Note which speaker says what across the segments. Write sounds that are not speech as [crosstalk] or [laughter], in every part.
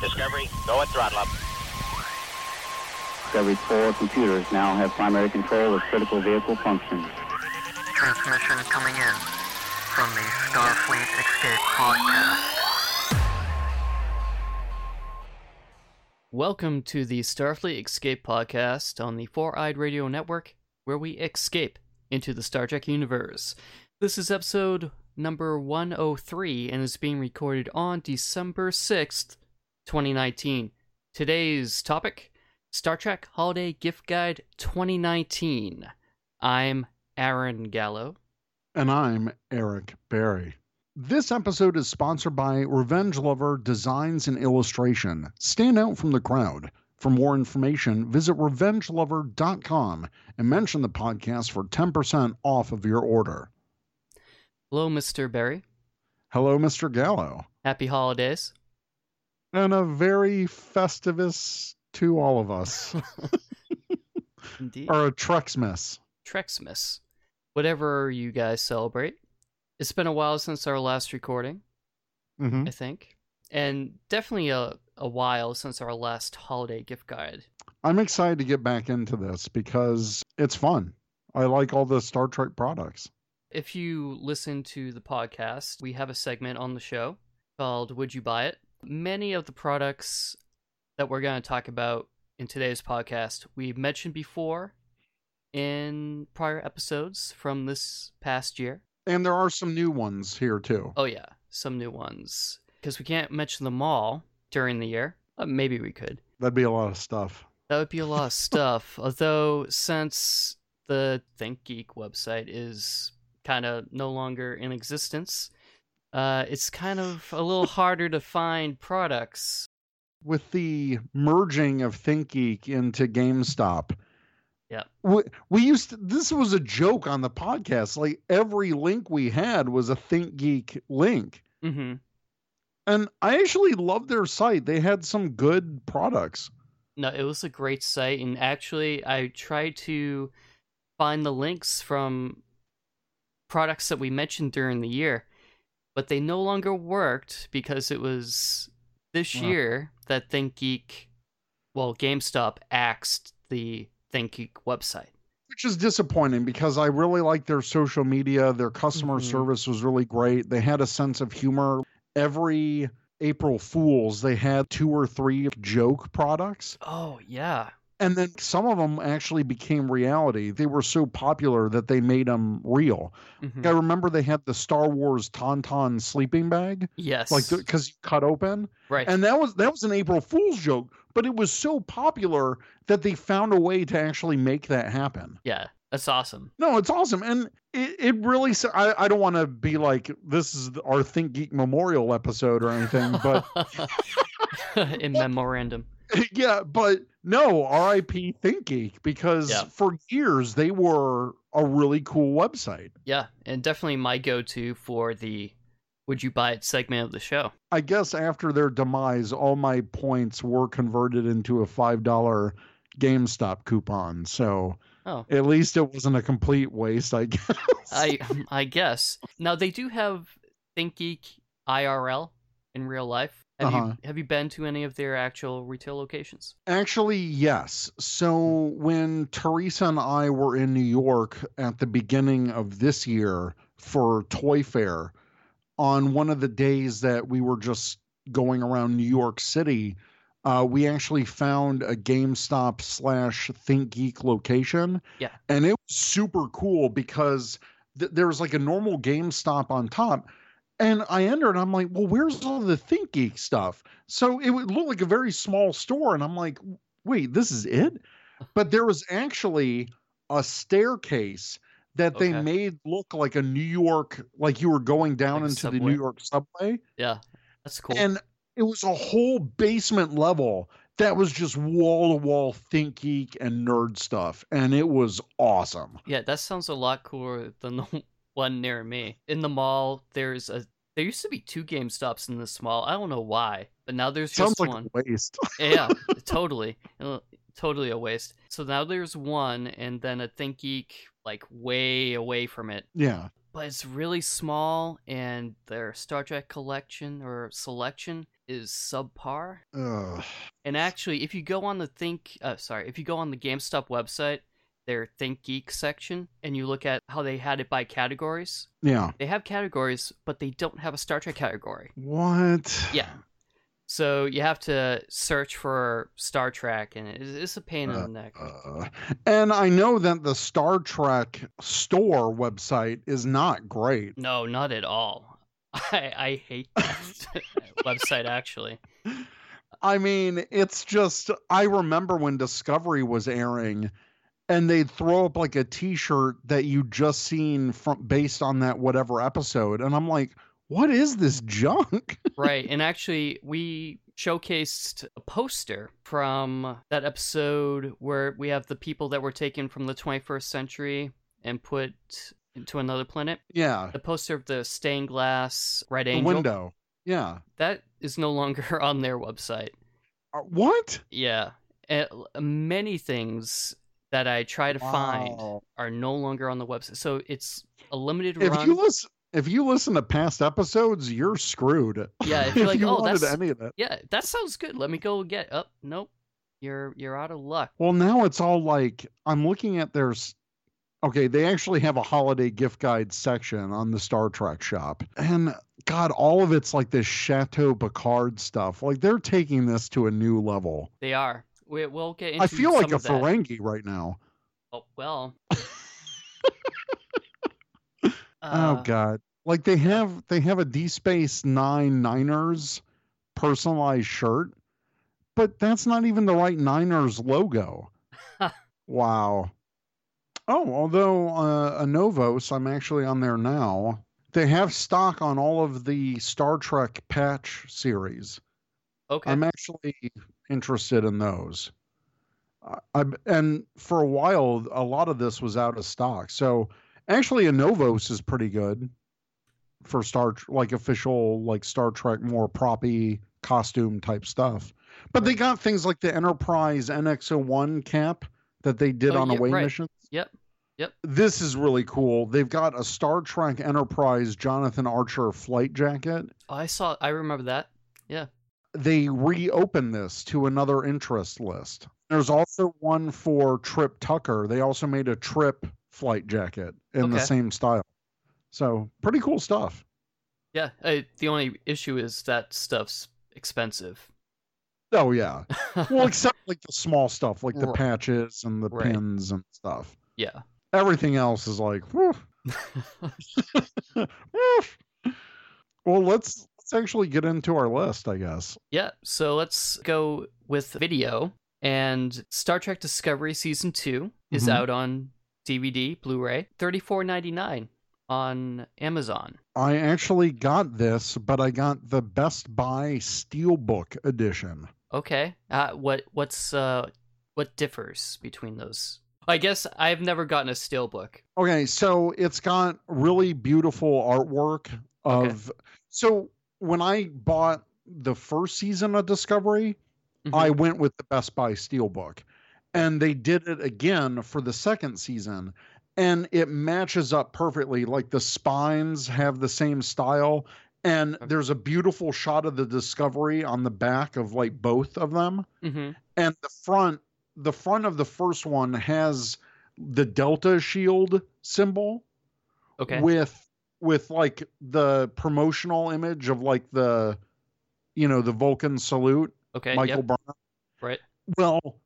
Speaker 1: Discovery, go at throttle up.
Speaker 2: Discovery 4 computers now have primary control of critical vehicle functions.
Speaker 3: Transmission coming in from the Starfleet Escape Podcast.
Speaker 4: Welcome to the Starfleet Escape podcast on the Four Eyed Radio Network, where we escape into the Star Trek universe. This is episode number 103 and is being recorded on December 6th, 2019. Today's topic Star Trek Holiday Gift Guide 2019. I'm Aaron Gallo.
Speaker 5: And I'm Eric Berry. This episode is sponsored by Revenge Lover Designs and Illustration. Stand out from the crowd. For more information, visit revengelover.com and mention the podcast for 10% off of your order.
Speaker 4: Hello, Mr. Barry.
Speaker 5: Hello, Mr. Gallo.
Speaker 4: Happy holidays.
Speaker 5: And a very festivus to all of us,
Speaker 4: Indeed.
Speaker 5: or a Trexmas.
Speaker 4: Trexmas, whatever you guys celebrate. It's been a while since our last recording,
Speaker 5: Mm-hmm.
Speaker 4: I think, and definitely a, a while since our last holiday gift guide.
Speaker 5: I'm excited to get back into this because it's fun. I like all the Star Trek products.
Speaker 4: If you listen to the podcast, we have a segment on the show called Would You Buy It? Many of the products that we're going to talk about in today's podcast, we've mentioned before in prior episodes from this past year.
Speaker 5: And there are some new ones here, too.
Speaker 4: Oh yeah, some new ones because we can't mention them all during the year. Uh, maybe we could.
Speaker 5: That'd be a lot of stuff.
Speaker 4: That would be a lot of stuff. Although since the Think Geek website is kind of no longer in existence, uh, it's kind of a little harder to find products.
Speaker 5: with the merging of ThinkGeek into GameStop.
Speaker 4: Yep.
Speaker 5: We, we used to, this was a joke on the podcast. Like every link we had was a ThinkGeek link.
Speaker 4: Mm-hmm.
Speaker 5: And I actually loved their site. They had some good products.
Speaker 4: No, it was a great site, and actually, I tried to find the links from products that we mentioned during the year, but they no longer worked because it was this
Speaker 5: Wow.
Speaker 4: year that ThinkGeek, well, GameStop axed the ThinkGeek website.
Speaker 5: Which is disappointing because I really liked their social media. Their customer
Speaker 4: Mhm.
Speaker 5: service was really great. They had a sense of humor. Every April Fools, they had two or three joke products.
Speaker 4: Oh yeah,
Speaker 5: and then some of them actually became reality. They were so popular that they made them real.
Speaker 4: Mhm.
Speaker 5: I remember they had the Star Wars Tauntaun sleeping bag,
Speaker 4: yes,
Speaker 5: like because you cut open,
Speaker 4: right,
Speaker 5: and that was that was an April Fool's joke, but it was so popular that they found a way to actually make that happen.
Speaker 4: yeah, that's awesome.
Speaker 5: No, it's awesome, and it, it really. s- I, I don't want to be like this is our Think Geek Memorial episode
Speaker 4: [laughs]
Speaker 5: or anything, but
Speaker 4: in memorandum,
Speaker 5: [laughs] yeah, but no, RIP Think Geek because
Speaker 4: Yeah.
Speaker 5: for years they were a really cool website.
Speaker 4: yeah, and definitely my go-to for the "Would you buy it?" segment of the show.
Speaker 5: I guess after their demise, all my points were converted into a five dollar GameStop coupon. So
Speaker 4: Oh.
Speaker 5: at least it wasn't a complete waste, I [laughs] guess.
Speaker 4: I I guess. Now they do have ThinkGeek IRL in real life. Have
Speaker 5: Uh-huh.
Speaker 4: you have you been to any of their actual retail locations?
Speaker 5: Actually, yes. So when Teresa and I were in New York at the beginning of this year for Toy Fair, on one of the days that we were just going around New York City, uh, we actually found a GameStop slash Think Geek location.
Speaker 4: Yeah.
Speaker 5: And it was super cool because th- there was like a normal GameStop on top. And I entered, I'm like, well, where's all the Think Geek stuff? So it would look like a very small store. And I'm like, wait, this is it? But there was actually a staircase that
Speaker 4: Okay.
Speaker 5: they made look like a New York, like you were going
Speaker 4: Like
Speaker 5: down
Speaker 4: a
Speaker 5: into the New
Speaker 4: subway.
Speaker 5: York subway.
Speaker 4: Yeah, that's cool.
Speaker 5: And it was a whole basement level that was just wall to wall Think Geek and nerd stuff. And it was awesome.
Speaker 4: yeah, that sounds a lot cooler than the [laughs] one near me. In the mall, there's a there used to be two GameStops in this mall. I don't know why, but now there's
Speaker 5: Sounds
Speaker 4: just
Speaker 5: like
Speaker 4: one.
Speaker 5: a waste. [laughs]
Speaker 4: yeah, totally, Uh, totally a waste. So now there's one, and then a ThinkGeek like way away from it.
Speaker 5: yeah.
Speaker 4: but it's really small and their Star Trek collection or selection is subpar.
Speaker 5: Ugh.
Speaker 4: And actually, if you go on the Think, uh, sorry, if you go on the GameStop website, their Think Geek section, and you look at how they had it by categories,
Speaker 5: Yeah.
Speaker 4: they have categories, but they don't have a Star Trek category.
Speaker 5: What?
Speaker 4: Yeah. So you have to search for Star Trek, and it- it's a pain in the neck.
Speaker 5: Uh, and I know that the Star Trek store website is not great.
Speaker 4: No, not at all. [laughs] I, I
Speaker 5: [laughs]
Speaker 4: hate that [laughs] website, actually.
Speaker 5: I mean, it's just, I remember when Discovery was airing and they'd throw up like a t shirt that you just seen from based on that whatever episode. And I'm like, what is this junk? [laughs]
Speaker 4: Right. And actually, we showcased a poster from that episode where we have the people that were taken from the 21st century and put into another planet.
Speaker 5: yeah.
Speaker 4: The poster of the stained glass red
Speaker 5: The
Speaker 4: angel.
Speaker 5: window. Yeah.
Speaker 4: That is no longer [laughs] on their website.
Speaker 5: Uh, what?
Speaker 4: Yeah. And many things that I try to find
Speaker 5: Wow.
Speaker 4: are no longer on the website. So it's a limited
Speaker 5: If
Speaker 4: run.
Speaker 5: you listen. If you listen to past episodes, you're screwed.
Speaker 4: Yeah,
Speaker 5: [laughs]
Speaker 4: if you're like,
Speaker 5: you
Speaker 4: "Oh,
Speaker 5: wanted
Speaker 4: that's-
Speaker 5: any of that.
Speaker 4: yeah, that sounds good. Let me go get. Oh, nope. You're you're out of luck.
Speaker 5: Well, now it's all like I'm looking at their. s- Okay, they actually have a holiday gift guide section on the Star Trek shop, and God, all of it's like this Chateau Picard stuff. Like they're taking this to a new level.
Speaker 4: They are. We, we'll get into
Speaker 5: I feel like
Speaker 4: some
Speaker 5: a
Speaker 4: of that.
Speaker 5: Ferengi right now.
Speaker 4: Oh,
Speaker 5: [laughs]
Speaker 4: well.
Speaker 5: oh
Speaker 4: Uh,
Speaker 5: God, like they have they have a D Space Nine Niners personalized shirt, but that's not even the right Niners logo. Wow. Oh, although uh, Novos, I'm actually on there now. They have stock on all of the Star Trek patch series.
Speaker 4: Okay.
Speaker 5: I'm actually interested in those. I, I and for a while, a lot of this was out of stock. So actually, a Novos is pretty good for Star Tr- like official like Star Trek more proppy costume type stuff. But they
Speaker 4: Right.
Speaker 5: got things like the Enterprise NX-01 cap that they did
Speaker 4: Oh,
Speaker 5: on
Speaker 4: yeah,
Speaker 5: away
Speaker 4: right.
Speaker 5: missions.
Speaker 4: Yep. Yep.
Speaker 5: This is really cool. They've got a Star Trek Enterprise Jonathan Archer flight jacket
Speaker 4: I saw. I remember that.
Speaker 5: they reopen this to another interest list. There's also one for Trip Tucker. They also made a Trip flight jacket in the
Speaker 4: Okay.
Speaker 5: same style. So pretty cool stuff.
Speaker 4: Yeah. I, the only issue is that stuff's expensive.
Speaker 5: Oh yeah.
Speaker 4: [laughs]
Speaker 5: Well, except like the small stuff, like the
Speaker 4: Right.
Speaker 5: patches and the
Speaker 4: Right.
Speaker 5: pins and stuff.
Speaker 4: yeah.
Speaker 5: Everything else is like,
Speaker 4: [laughs]
Speaker 5: whew, whew. well, let's let's actually get into our list, I guess.
Speaker 4: Yeah. So let's go with video. And Star Trek Discovery Season 2 is
Speaker 5: Mhm.
Speaker 4: out on DVD, Blu ray, thirty four ninety nine on Amazon.
Speaker 5: I actually got this, but I got the Best Buy Steelbook edition.
Speaker 4: Okay. Uh, what what's uh what differs between those? I guess I've never gotten a steelbook.
Speaker 5: Okay, so it's got really beautiful artwork
Speaker 4: Okay.
Speaker 5: of so when I bought the first season of Discovery,
Speaker 4: Mhm.
Speaker 5: I went with the Best Buy Steelbook. And they did it again for the second season. And it matches up perfectly. Like the spines have the same style. And
Speaker 4: Okay.
Speaker 5: there's a beautiful shot of the Discovery on the back of like both of them
Speaker 4: Mm-hmm.
Speaker 5: and the front the front of the first one has the delta shield symbol
Speaker 4: Okay.
Speaker 5: with with like the promotional image of like the you know the vulcan salute
Speaker 4: okay.
Speaker 5: michael
Speaker 4: Yep.
Speaker 5: Burnham.
Speaker 4: Right.
Speaker 5: well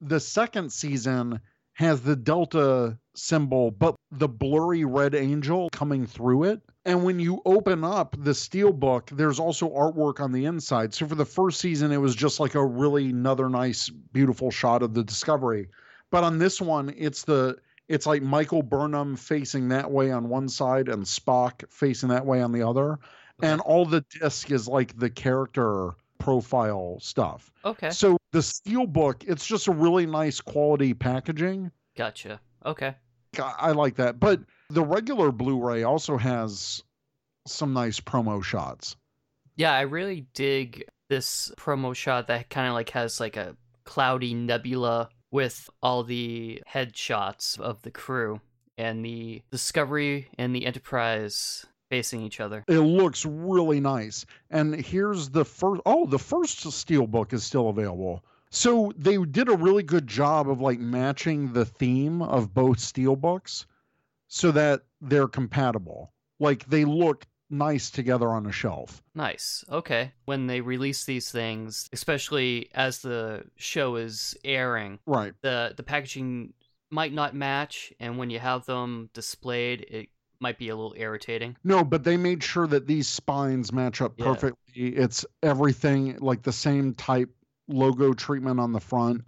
Speaker 5: the second season has the delta symbol but the blurry red angel coming through it and when you open up the steel book there's also artwork on the inside so for the first season it was just like a really another nice beautiful shot of the discovery but on this one it's the it's like michael burnham facing that way on one side and spock facing that way on the other and all the disc is like the character profile stuff
Speaker 4: Okay.
Speaker 5: so the steel book, it's just a really nice quality packaging.
Speaker 4: Gotcha. Okay.
Speaker 5: I, I like that. But the regular Blu-ray also has some nice promo shots.
Speaker 4: Yeah, I really dig this promo shot that kind of like has like a cloudy nebula with all the headshots of the crew and the Discovery and the Enterprise facing each other.
Speaker 5: It looks really nice. And here's the first oh, the first steelbook is still available. So they did a really good job of like matching the theme of both steelbooks so that they're compatible. Like they look nice together on a shelf.
Speaker 4: Nice. Okay. When they release these things, especially as the show is airing,
Speaker 5: Right.
Speaker 4: the the packaging might not match and when you have them displayed, it might be a little irritating.
Speaker 5: No, but they made sure that these spines match up
Speaker 4: Yeah.
Speaker 5: perfectly. It's everything like the same type logo treatment on the front.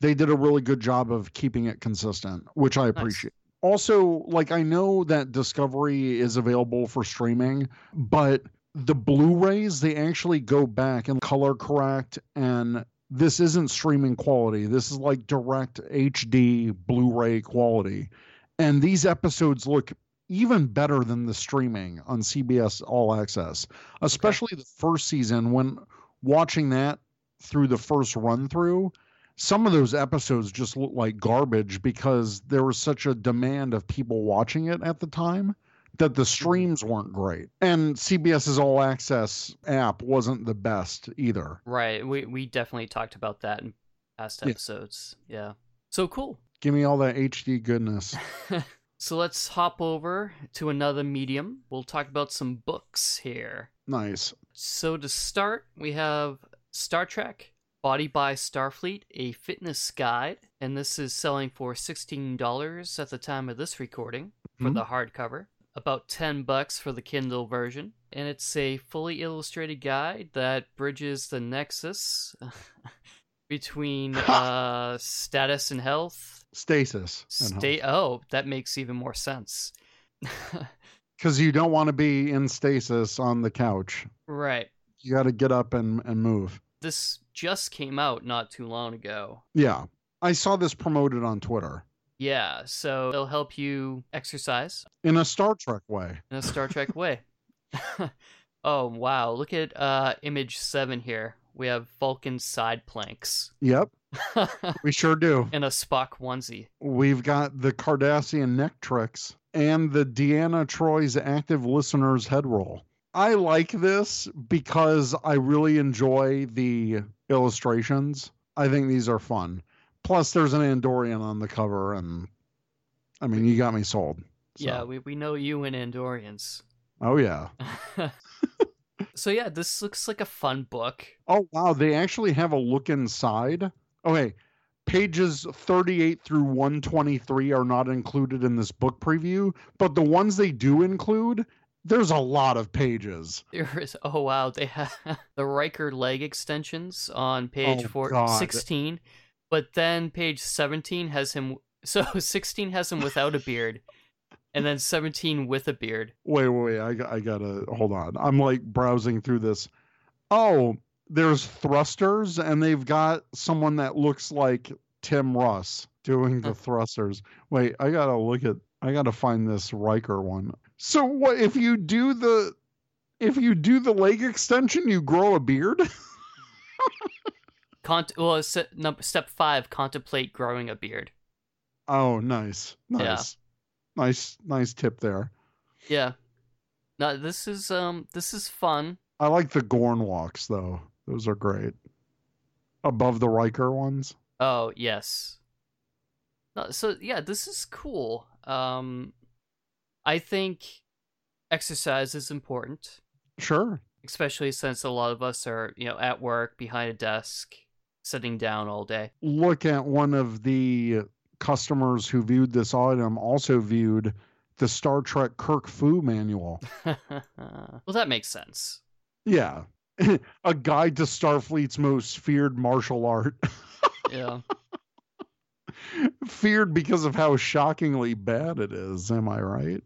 Speaker 5: They did a really good job of keeping it consistent, which I appreciate. Also, like I know that Discovery is available for streaming, but the Blu-rays they actually go back and color correct and this isn't streaming quality. This is like direct HD Blu-ray quality. And these episodes look even better than the streaming on CBS All Access, especially the first season. When watching that through the first run through, some of those episodes just look like garbage because there was such a demand of people watching it at the time that the streams weren't great. And CBS's All Access app wasn't the best either.
Speaker 4: Right. We we definitely talked about that in past
Speaker 5: Yeah.
Speaker 4: episodes. yeah. So cool. [laughs]
Speaker 5: Give me all that HD goodness.
Speaker 4: so let's hop over to another medium. We'll talk about some books here.
Speaker 5: Nice.
Speaker 4: So to start, we have Star Trek Body by Starfleet, a fitness guide, and this is selling for $16 at the time of this recording for
Speaker 5: Mhm.
Speaker 4: the hardcover, about 10 bucks for the Kindle version, and it's a fully illustrated guide that bridges the nexus [laughs] between uh, status and health.
Speaker 5: Stasis.
Speaker 4: State oh, that makes even more sense. [laughs]
Speaker 5: Because you don't want to be in stasis on the couch.
Speaker 4: right.
Speaker 5: you got to get up and, and move.
Speaker 4: This just came out not too long ago.
Speaker 5: Yeah. I saw this promoted on Twitter
Speaker 4: Yeah, so it'll help you exercise
Speaker 5: in a Star Trek way.
Speaker 4: in a Star Trek way. [laughs] oh wow, look at uh image 7 here. We have Vulcan side planks [laughs]
Speaker 5: Yep. We sure do.
Speaker 4: and a Spock onesie.
Speaker 5: We've got the Cardassian neck tricks and the Deanna Troy's active listeners head roll. I like this because I really enjoy the illustrations. I think these are fun. Plus, there's an Andorian on the cover, and I mean, you got me sold. So-
Speaker 4: Yeah, we we know you and Andorians. [laughs]
Speaker 5: oh, yeah.
Speaker 4: so yeah, this looks like a fun book.
Speaker 5: Oh wow, they actually have a look inside. Okay. Pages 38 through 123 are not included in this book preview, but the ones they do include, there's a lot of pages.
Speaker 4: There is [laughs] oh wow, they have the Riker leg extensions on page
Speaker 5: Oh,
Speaker 4: four,
Speaker 5: God.
Speaker 4: 16, but then page 17 has him [laughs] so 16 has him without a beard and then 17 with a beard.
Speaker 5: Wait, wait, wait. I, g- I gotta hold on. I'm like browsing through this. Oh, there's thrusters, and they've got someone that looks like Tim Russ doing the
Speaker 4: Huh.
Speaker 5: thrusters. Wait, I gotta look at. I gotta find this Riker one. So what if you do the, if you do the leg extension, you grow a beard? [laughs]
Speaker 4: Cont- well, se- num- step 5 contemplate growing a beard.
Speaker 5: Oh, nice,
Speaker 4: Yeah.
Speaker 5: nice, nice, nice tip there.
Speaker 4: Yeah. No, this is um this is fun.
Speaker 5: I like the Gorn walks though; those are great. Above the Riker ones.
Speaker 4: Oh, yes. No, so yeah, this is cool. Um I think exercise is important.
Speaker 5: Sure.
Speaker 4: especially since a lot of us are you know at work behind a desk sitting down all day [laughs]
Speaker 5: look at one of the customers who viewed this item also viewed the Star Trek Kirk Fu manual.
Speaker 4: well that makes sense
Speaker 5: Yeah. [laughs] A guide to Starfleet's most feared martial art. [laughs]
Speaker 4: yeah
Speaker 5: feared because of how shockingly bad it is, am I right?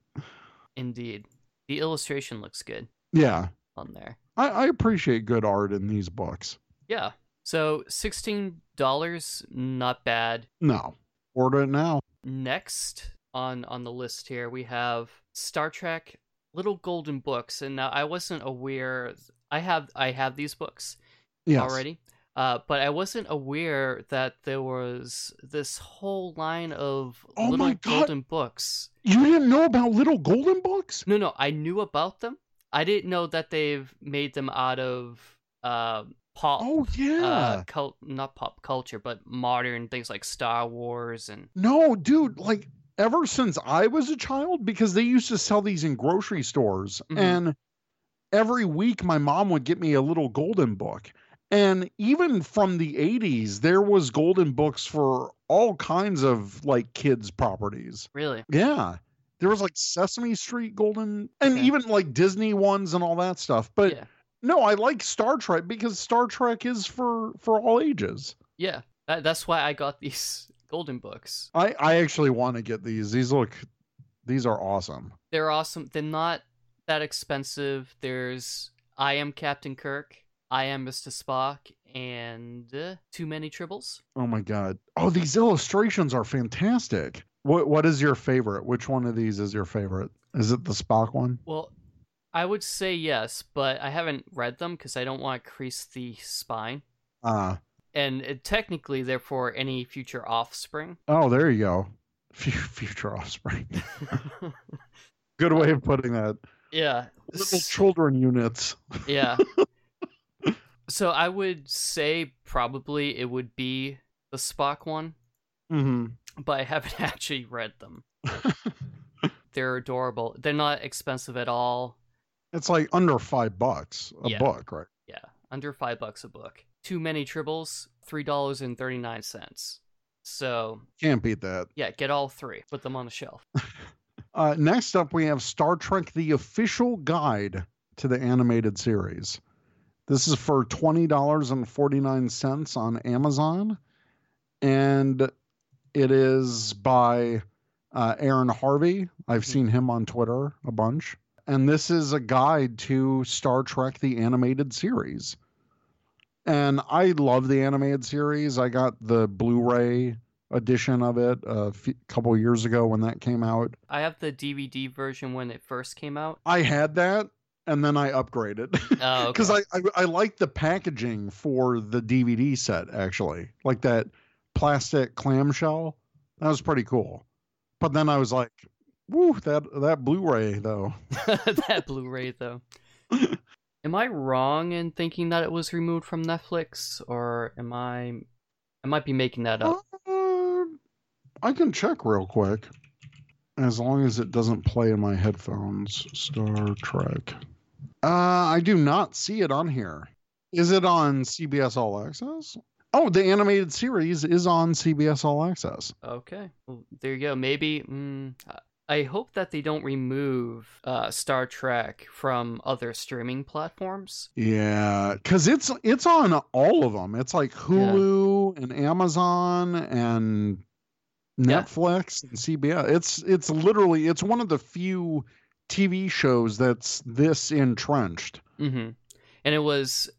Speaker 4: indeed the illustration looks good
Speaker 5: Yeah.
Speaker 4: on there
Speaker 5: I, I appreciate good art in these books.
Speaker 4: yeah so $16 not bad
Speaker 5: No. Order it now.
Speaker 4: next on on the list here we have star trek little golden books and now i wasn't aware i have i have these books
Speaker 5: Yes.
Speaker 4: already Uh, but I wasn't aware that there was this whole line of
Speaker 5: Oh
Speaker 4: little
Speaker 5: my God.
Speaker 4: golden books.
Speaker 5: You didn't know about little golden books?
Speaker 4: No, no, I knew about them. I didn't know that they've made them out of uh, pop,
Speaker 5: Oh yeah.
Speaker 4: uh, cult, not pop culture, but modern things like Star Wars and
Speaker 5: No, dude, like ever since I was a child, because they used to sell these in grocery stores,
Speaker 4: Mhm.
Speaker 5: and every week my mom would get me a little golden book. And even from the 80s, there was golden books for all kinds of like kids' properties.
Speaker 4: really.
Speaker 5: Yeah. There was like Sesame Street golden and
Speaker 4: Okay.
Speaker 5: even like Disney ones and all that stuff. But
Speaker 4: Yeah.
Speaker 5: no, I like Star Trek because Star Trek is for for all ages.
Speaker 4: Yeah, that, that's why I got [laughs] these golden books.
Speaker 5: I I actually want to get these. These look these are awesome.
Speaker 4: They're awesome. They're not that expensive. There's I am Captain Kirk, I am Mr. Spock, and uh, Too Many Tribbles.
Speaker 5: Oh my god. Oh, these illustrations are fantastic. What what is your favorite? Which one of these is your favorite? Is it the Spock one?
Speaker 4: Well, I would say yes, but I haven't read them because I don't want to crease the spine.
Speaker 5: Uh
Speaker 4: And uh, technically, therefore, any future offspring. [laughs]
Speaker 5: oh, there you go. [laughs] Fu- Future offspring. [laughs] Good way of putting that.
Speaker 4: yeah.
Speaker 5: Little children units.
Speaker 4: Yeah. so I would say probably it would be the Spock one,
Speaker 5: Mm-hmm.
Speaker 4: but I haven't [laughs] actually read them. They're adorable. They're not expensive at all.
Speaker 5: It's like under five bucks a
Speaker 4: Yeah.
Speaker 5: book, right?
Speaker 4: Yeah, under five bucks a book. Too many tribbles, three dollars and thirty nine cents. So
Speaker 5: Can't beat that.
Speaker 4: yeah, get all three. Put them on a shelf.
Speaker 5: Uh, next up, we have Star Trek: The Official Guide to the Animated Series. This is for twenty dollars and forty nine cents on Amazon, and it is by uh, Aaron Harvey. I've seen him on Twitter a bunch, and this is a guide to Star Trek: The Animated Series. And I love the animated series. I got the Blu-ray edition of it a few, couple years ago when that came out.
Speaker 4: I have the DVD version when it first came out. [laughs]
Speaker 5: I had that and then I upgraded
Speaker 4: Oh,
Speaker 5: [laughs]
Speaker 4: okay.
Speaker 5: because I, I I like the packaging for the DVD set actually, like that plastic clamshell. That was pretty cool. But then I was like, "Woo, that that Blu-ray though."
Speaker 4: that Blu-ray though. am I wrong in thinking that it was removed from Netflix, or am I? I might be making that up.
Speaker 5: Uh, I can check real quick, as long as it doesn't play in my headphones. Star Trek. Uh, I do not see it on here. Is it on CBS All Access? Oh, the animated series is on CBS All Access.
Speaker 4: Okay, well, there you go. Maybe. Mm, I- I hope that they don't remove uh, Star Trek from other streaming platforms.
Speaker 5: Yeah, because it's it's on all of them. It's like Hulu and Amazon and
Speaker 4: Yeah.
Speaker 5: Netflix and CBS. It's it's literally it's one of the few TV shows that's this entrenched.
Speaker 4: Mm-hmm. And it was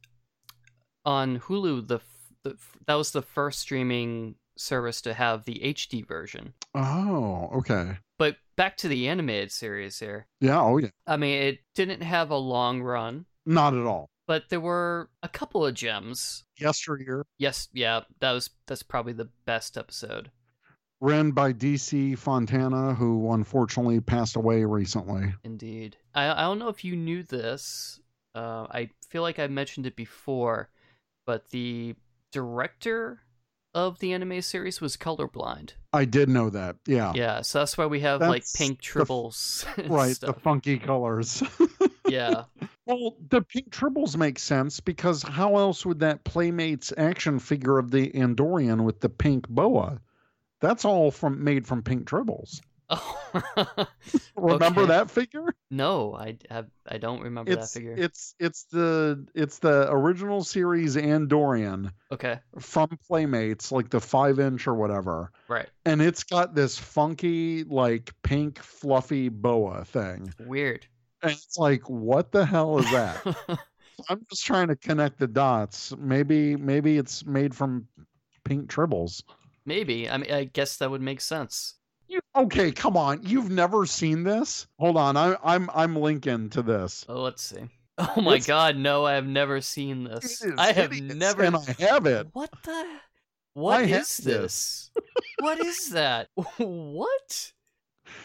Speaker 4: on Hulu. The, f- the f- that was the first streaming service to have the HD version.
Speaker 5: Oh, okay.
Speaker 4: But back to the animated series here.
Speaker 5: Yeah, oh yeah.
Speaker 4: I mean, it didn't have a long run,
Speaker 5: Not at all.
Speaker 4: but there were a couple of gems.
Speaker 5: Yesteryear,
Speaker 4: Yes, yeah, that was that's probably the best episode.
Speaker 5: ran by DC Fontana, who unfortunately passed away recently.
Speaker 4: Indeed. I, I don't know if you knew this. Uh, I feel like I mentioned it before, but the director of the anime series was colorblind.
Speaker 5: I did know that. Yeah. [laughs]
Speaker 4: Yeah, so that's why we have like
Speaker 5: Oh. That's
Speaker 4: pink
Speaker 5: the f-
Speaker 4: tribbles. and
Speaker 5: right. The
Speaker 4: stuff.
Speaker 5: funky colors. [laughs]
Speaker 4: yeah. [laughs]
Speaker 5: well, the pink tribbles make sense because how else would that Playmates action figure of the Andorian with the pink boa? That's all from made from pink tribbles.
Speaker 4: Oh.
Speaker 5: Remember
Speaker 4: Okay.
Speaker 5: that figure?
Speaker 4: no, I, I I don't remember
Speaker 5: It's
Speaker 4: that figure.
Speaker 5: it's it's the it's the original series Andorian
Speaker 4: Okay,
Speaker 5: from Playmates, like the five inch or whatever,
Speaker 4: right.
Speaker 5: and it's got this funky, like pink, fluffy boa thing.
Speaker 4: Weird. [laughs]
Speaker 5: And it's like, what the hell is that? I'm just trying to connect the dots. Maybe, maybe it's made from pink tribbles.
Speaker 4: Maybe. I mean, I guess that would make sense.
Speaker 5: You, okay, come on. You've never seen this? Hold on. I, I'm I'm linking to this.
Speaker 4: Oh, let's see. Oh my
Speaker 5: It's-
Speaker 4: god, no, I have never seen this.
Speaker 5: It is
Speaker 4: I have
Speaker 5: hideous,
Speaker 4: never
Speaker 5: and I have it.
Speaker 4: What the What
Speaker 5: have
Speaker 4: is this? what is that? [laughs] what?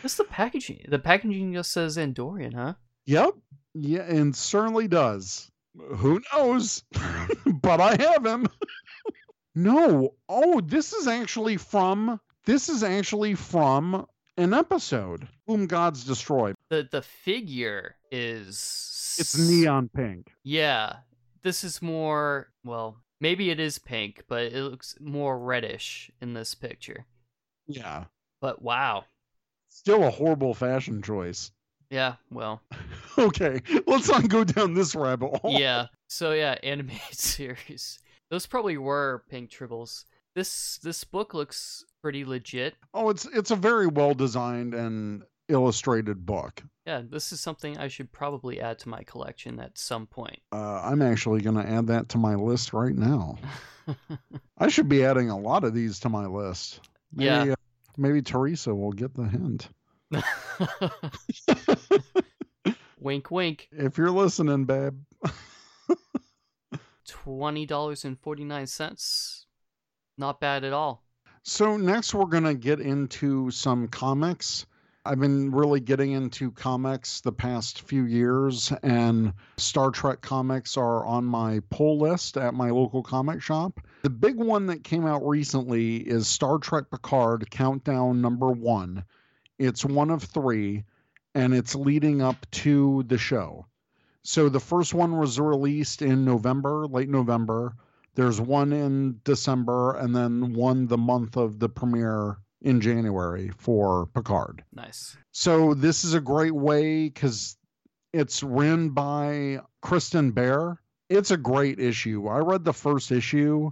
Speaker 4: What's the packaging? The packaging just says Andorian, huh?
Speaker 5: Yep. Yeah, and certainly does. Who knows? [laughs] but I have him. [laughs] no. Oh, this is actually from this is actually from an episode. Whom Gods Destroy.
Speaker 4: The the figure is
Speaker 5: It's neon pink.
Speaker 4: Yeah. This is more well, maybe it is pink, but it looks more reddish in this picture.
Speaker 5: Yeah.
Speaker 4: But wow.
Speaker 5: Still a horrible fashion choice. [laughs]
Speaker 4: Yeah, well.
Speaker 5: Okay, let's not go down this rabbit hole.
Speaker 4: yeah. So yeah, [laughs] animated series. Those probably were pink tribbles. This this book looks pretty legit.
Speaker 5: Oh, it's it's a very well designed and illustrated book.
Speaker 4: Yeah, this is something I should probably add to my collection at some point.
Speaker 5: Uh, I'm actually going to add that to my list
Speaker 4: [laughs]
Speaker 5: right now. I should be adding a lot of these to my list. Maybe,
Speaker 4: Yeah.
Speaker 5: uh, maybe Teresa will get the hint.
Speaker 4: [laughs] wink wink.
Speaker 5: If you're listening, babe.
Speaker 4: Twenty dollars and forty nine cents. Not bad at all.
Speaker 5: So next we're going to get into some comics. I've been really getting into comics the past few years and Star Trek comics are on my pull list at my local comic shop. The big one that came out recently is Star Trek Picard Countdown number 1. It's one of 3 and it's leading up to the show. So the first one was released in November, late November. There's one in December and then one the month of the premiere in January for Picard.
Speaker 4: Nice.
Speaker 5: So this is a great way because it's written by Kristen Bear. It's a great issue. I read the first issue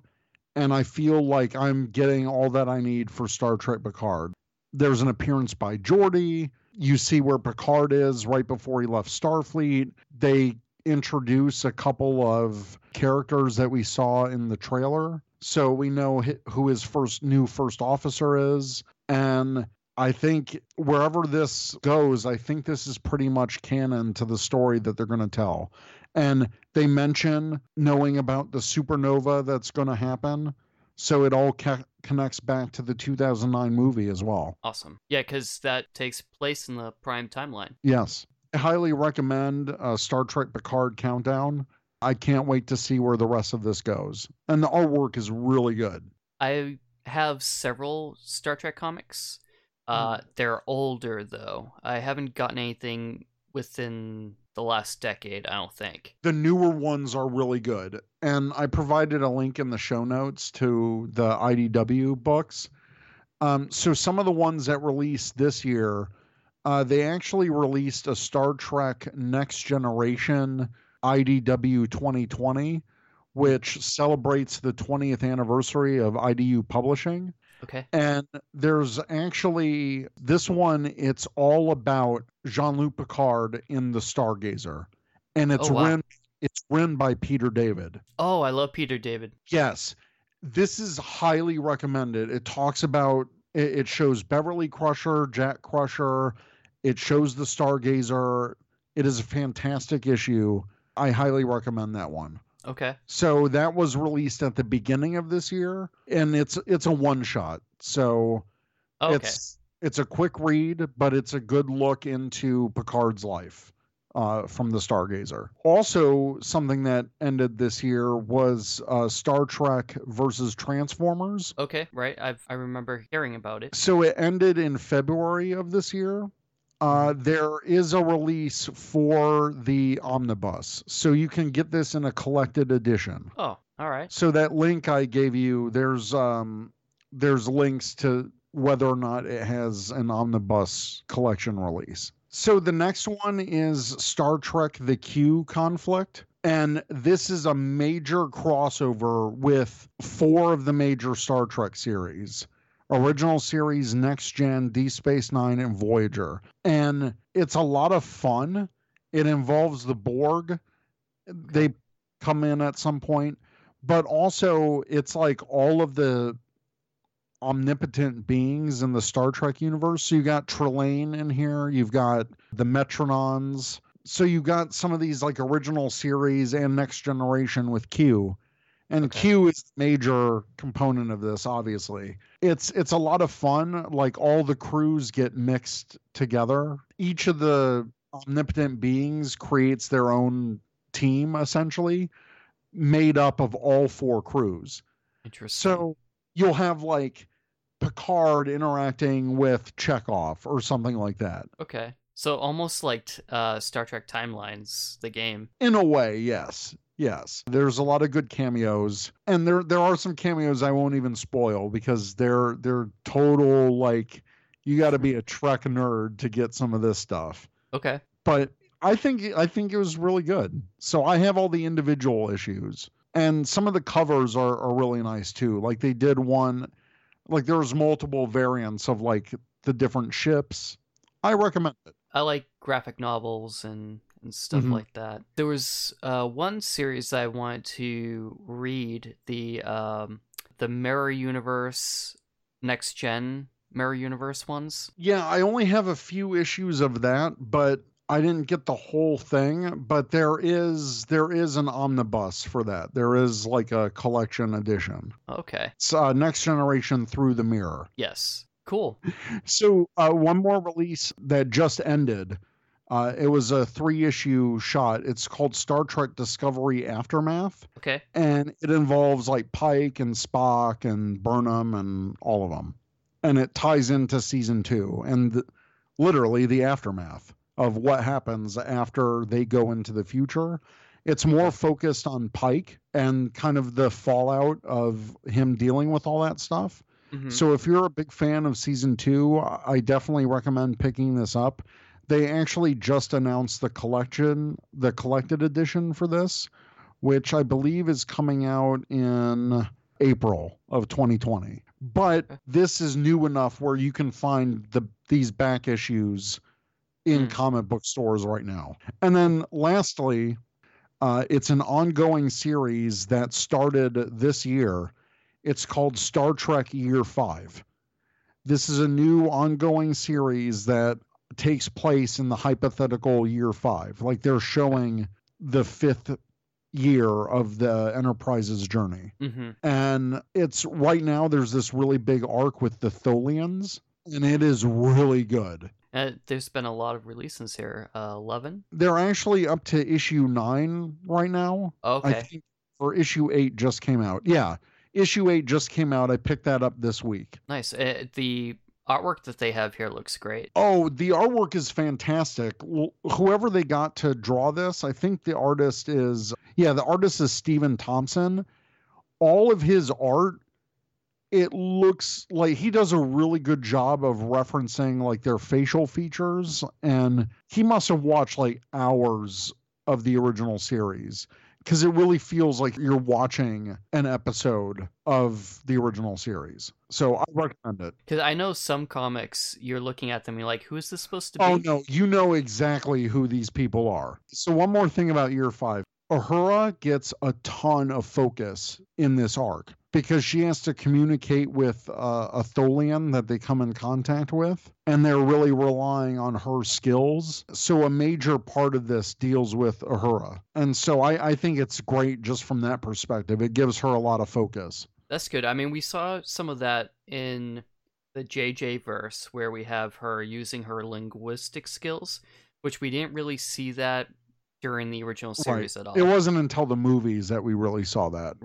Speaker 5: and I feel like I'm getting all that I need for Star Trek Picard. There's an appearance by Geordi. You see where Picard is right before he left Starfleet. They introduce a couple of characters that we saw in the trailer. So we know hi- who his first new first officer is. And I think wherever this goes, I think this is pretty much canon to the story that they're going to tell. And they mention knowing about the supernova that's going to happen. So it all ca- connects back to the 2009 movie as well.
Speaker 4: Awesome. Yeah, because that takes place in the prime timeline.
Speaker 5: Yes. I highly recommend uh, Star Trek Picard Countdown. I can't wait to see where the rest of this goes. And the artwork is really good.
Speaker 4: I have several Star Trek comics. Uh, They're older though. I haven't gotten anything within the last decade. I don't think.
Speaker 5: the newer ones are really good and i provided a link in the show notes to the idw books um, so some of the ones that released this year uh, they actually released a star trek next generation idw 2020 which celebrates the 20th anniversary of idu publishing
Speaker 4: Okay.
Speaker 5: and there's actually this one, it's all about Jean Luc Picard in The Stargazer. And it's
Speaker 4: Oh, wow.
Speaker 5: written it's written by Peter David.
Speaker 4: Oh, I love Peter David.
Speaker 5: Yes. This is highly recommended. It talks about it, it shows Beverly Crusher, Jack Crusher, it shows the Stargazer. It is a fantastic issue. I highly recommend that one.
Speaker 4: Okay.
Speaker 5: So that was released at the beginning of this year and it's it's a one shot. So
Speaker 4: Okay.
Speaker 5: it's it's a quick read, but it's a good look into Picard's life uh, from the Stargazer. Also, something that ended this year was uh, Star Trek versus Transformers.
Speaker 4: Okay. Right. I've I remember hearing about it.
Speaker 5: So it ended in February of this year. Uh, there is a release for the omnibus, so you can get this in a collected edition.
Speaker 4: Oh, all right.
Speaker 5: So that link I gave you, there's um there's links to whether or not it has an omnibus collection release. So the next one is Star Trek The Q Conflict. And this is a major crossover with four of the major Star Trek series original series, Next Gen, D Space Nine, and Voyager. And it's a lot of fun. It involves the Borg. They come in at some point, but also it's like all of the omnipotent beings in the Star Trek universe. So you got Trelane in here, you've got the Metronons, so you got some of these like original series and next generation with Q. And
Speaker 4: Okay.
Speaker 5: Q is the major component of this, obviously. It's it's a lot of fun. Like all the crews get mixed together. Each of the omnipotent beings creates their own team, essentially, made up of all four crews.
Speaker 4: Interesting.
Speaker 5: So you'll have like Picard interacting with Chekhov or something like that.
Speaker 4: okay. So almost like t- uh, Star Trek Timelines, the game.
Speaker 5: In a way, yes. Yes. There's a lot of good cameos. And there there are some cameos I won't even spoil because they're they're total like you gotta be a Trek nerd to get some of this stuff.
Speaker 4: Okay.
Speaker 5: But I think I think it was really good. So I have all the individual issues. And some of the covers are, are really nice too. Like they did one like there was multiple variants of like the different ships. I recommend it.
Speaker 4: I like graphic novels and, and stuff
Speaker 5: Mhm.
Speaker 4: like that. There was uh, one series that I wanted to read the um, the Mirror Universe Next Gen Mirror Universe ones.
Speaker 5: Yeah, I only have a few issues of that, but I didn't get the whole thing. But there is there is an omnibus for that. There is like a collection edition.
Speaker 4: Okay.
Speaker 5: It's uh, Next Generation Through the Mirror.
Speaker 4: Yes. Cool.
Speaker 5: So uh, one more release that just ended. Uh, it was a three issue shot. It's called Star Trek Discovery Aftermath, [laughs]
Speaker 4: Okay.
Speaker 5: and it involves like Pike and Spock and Burnham and all of them. And it ties into season two and th- literally the aftermath of what happens after they go into the future. It's more focused on Pike and kind of the fallout of him dealing with all that stuff.
Speaker 4: Mhm.
Speaker 5: So if you're a big fan of season two, I I definitely recommend picking this up. They actually just announced the collection, the collected edition for this, which I believe is coming out in April of 2020. But
Speaker 4: Okay.
Speaker 5: this is new enough where you can find the these back issues in
Speaker 4: Hmm.
Speaker 5: comic book stores right now. And then lastly, uh, it's an ongoing series that started this year. It's called Star Trek Year Five. This is a new ongoing series that takes place in the hypothetical year five. Like they're showing the fifth year of the Enterprise's journey.
Speaker 4: Mhm.
Speaker 5: And it's right now there's this really big arc with the Tholians, and it is really good.
Speaker 4: And Uh, there's been a lot of releases here. Uh, Eleven.
Speaker 5: They're actually up to issue nine right now. I
Speaker 4: Okay.
Speaker 5: think or issue eight just came out. Yeah. Issue eight just came out. I picked that up this week.
Speaker 4: Nice. Uh, the artwork that they have here looks great.
Speaker 5: Oh, the artwork is fantastic. L- Whoever they got to draw this, I think the artist is, yeah, the artist is Stephen Thompson. All of his art, it looks like he does a really good job of referencing like their facial features. And he must have watched like hours of the original series because it really feels like you're watching an episode of the original series. So I recommend it.
Speaker 4: Because I know some comics, you're looking at them, you're like, who is this supposed to be?
Speaker 5: Oh no, you know exactly who these people are. So one more thing about year five. Uhura gets a ton of focus in this arc because she has to communicate with uh, a Tholian that they come in contact with, and they're really relying on her skills. So a major part of this deals with Uhura, and so I, I think it's great just from that perspective. It gives her a lot of focus.
Speaker 4: That's good. I mean, we saw some of that in the JJ verse where we have her using her linguistic skills, which we didn't really see that during the original
Speaker 5: Right.
Speaker 4: series at all.
Speaker 5: It
Speaker 4: Right.
Speaker 5: wasn't until the movies that we really saw that.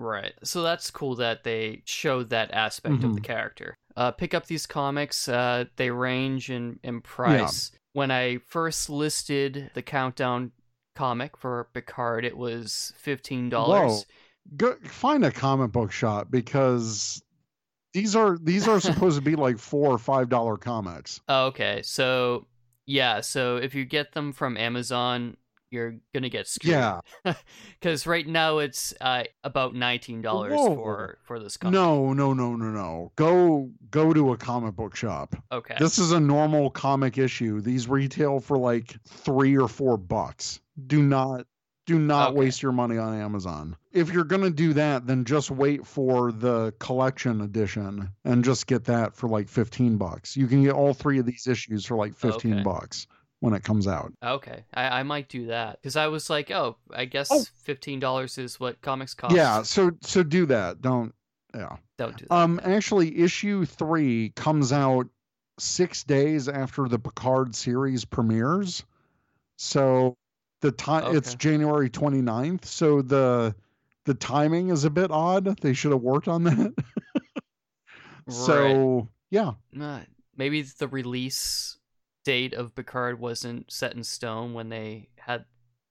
Speaker 4: So that's cool that they showed that aspect of the
Speaker 5: Mhm.
Speaker 4: character. Uh, pick up these comics. Uh, they range in, in price. When I first listed the Countdown comic for Picard, it was $15.
Speaker 5: go find a comic book shop because these are these are supposed to be like four or five dollar comics.
Speaker 4: Oh, okay. So yeah, so if you get them from Amazon, you're gonna get screwed.
Speaker 5: Yeah.
Speaker 4: Because right now it's uh, about nineteen dollars
Speaker 5: Whoa.
Speaker 4: for for this comic.
Speaker 5: No, no, no, no, no. Go go to a comic book shop.
Speaker 4: Okay.
Speaker 5: This is a normal comic issue. These retail for like three or four bucks. Do not do not
Speaker 4: Okay.
Speaker 5: waste your money on Amazon. If you're gonna do that, then just wait for the collection edition and just get that for like fifteen bucks. You can get all three of these issues for like fifteen
Speaker 4: Okay.
Speaker 5: bucks. when it comes out.
Speaker 4: Okay, I, I might do that because I was like, oh, I guess
Speaker 5: Oh.
Speaker 4: fifteen dollars is what comics cost.
Speaker 5: Yeah, so so do that. Don't yeah.
Speaker 4: don't do that.
Speaker 5: Um actually issue 3 comes out 6 days after the Picard series premieres. So the time it's
Speaker 4: Okay.
Speaker 5: January 29th, so the the timing is a bit odd. They should have worked on that. [laughs] So yeah,
Speaker 4: Not- maybe the release date of Picard wasn't set in stone when they had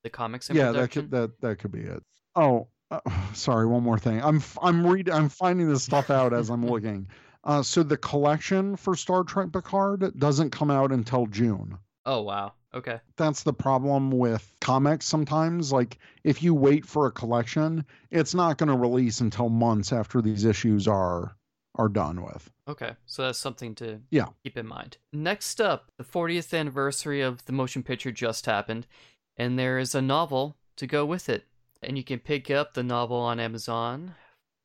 Speaker 4: the comics in
Speaker 5: yeah, that
Speaker 4: production.
Speaker 5: could that that could be it. Oh, uh, [sighs] sorry, one more thing. I'm f- I'm read I'm finding this stuff out as I'm [laughs] looking. Uh, so the collection for Star Trek Picard doesn't come out until June.
Speaker 4: Oh wow. Okay.
Speaker 5: That's the problem with comics sometimes. Like if you wait for a collection, it's not going to release until months after these issues are are done with.
Speaker 4: Okay. So that's something to
Speaker 5: Yeah.
Speaker 4: keep in mind. Next up, the 40th anniversary of the motion picture just happened, and there is a novel to go with it. And you can pick up the novel on Amazon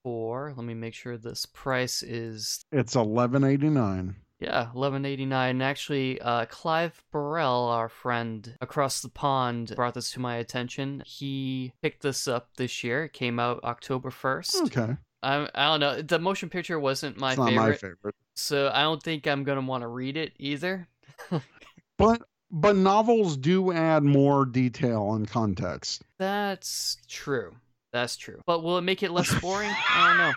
Speaker 4: for, let me make sure this price is
Speaker 5: It's 1189.
Speaker 4: Yeah, eleven eighty nine. Actually, uh, Clive Burrell, our friend across the pond, brought this to my attention. He picked this up this year. It came out October first.
Speaker 5: Okay,
Speaker 4: I I don't know. The motion picture wasn't my
Speaker 5: it's not
Speaker 4: favorite,
Speaker 5: my favorite.
Speaker 4: so I don't think I'm gonna want to read it either.
Speaker 5: But but novels do add more detail and context.
Speaker 4: That's true. That's true. But will it make it less
Speaker 5: [laughs]
Speaker 4: boring? I don't know.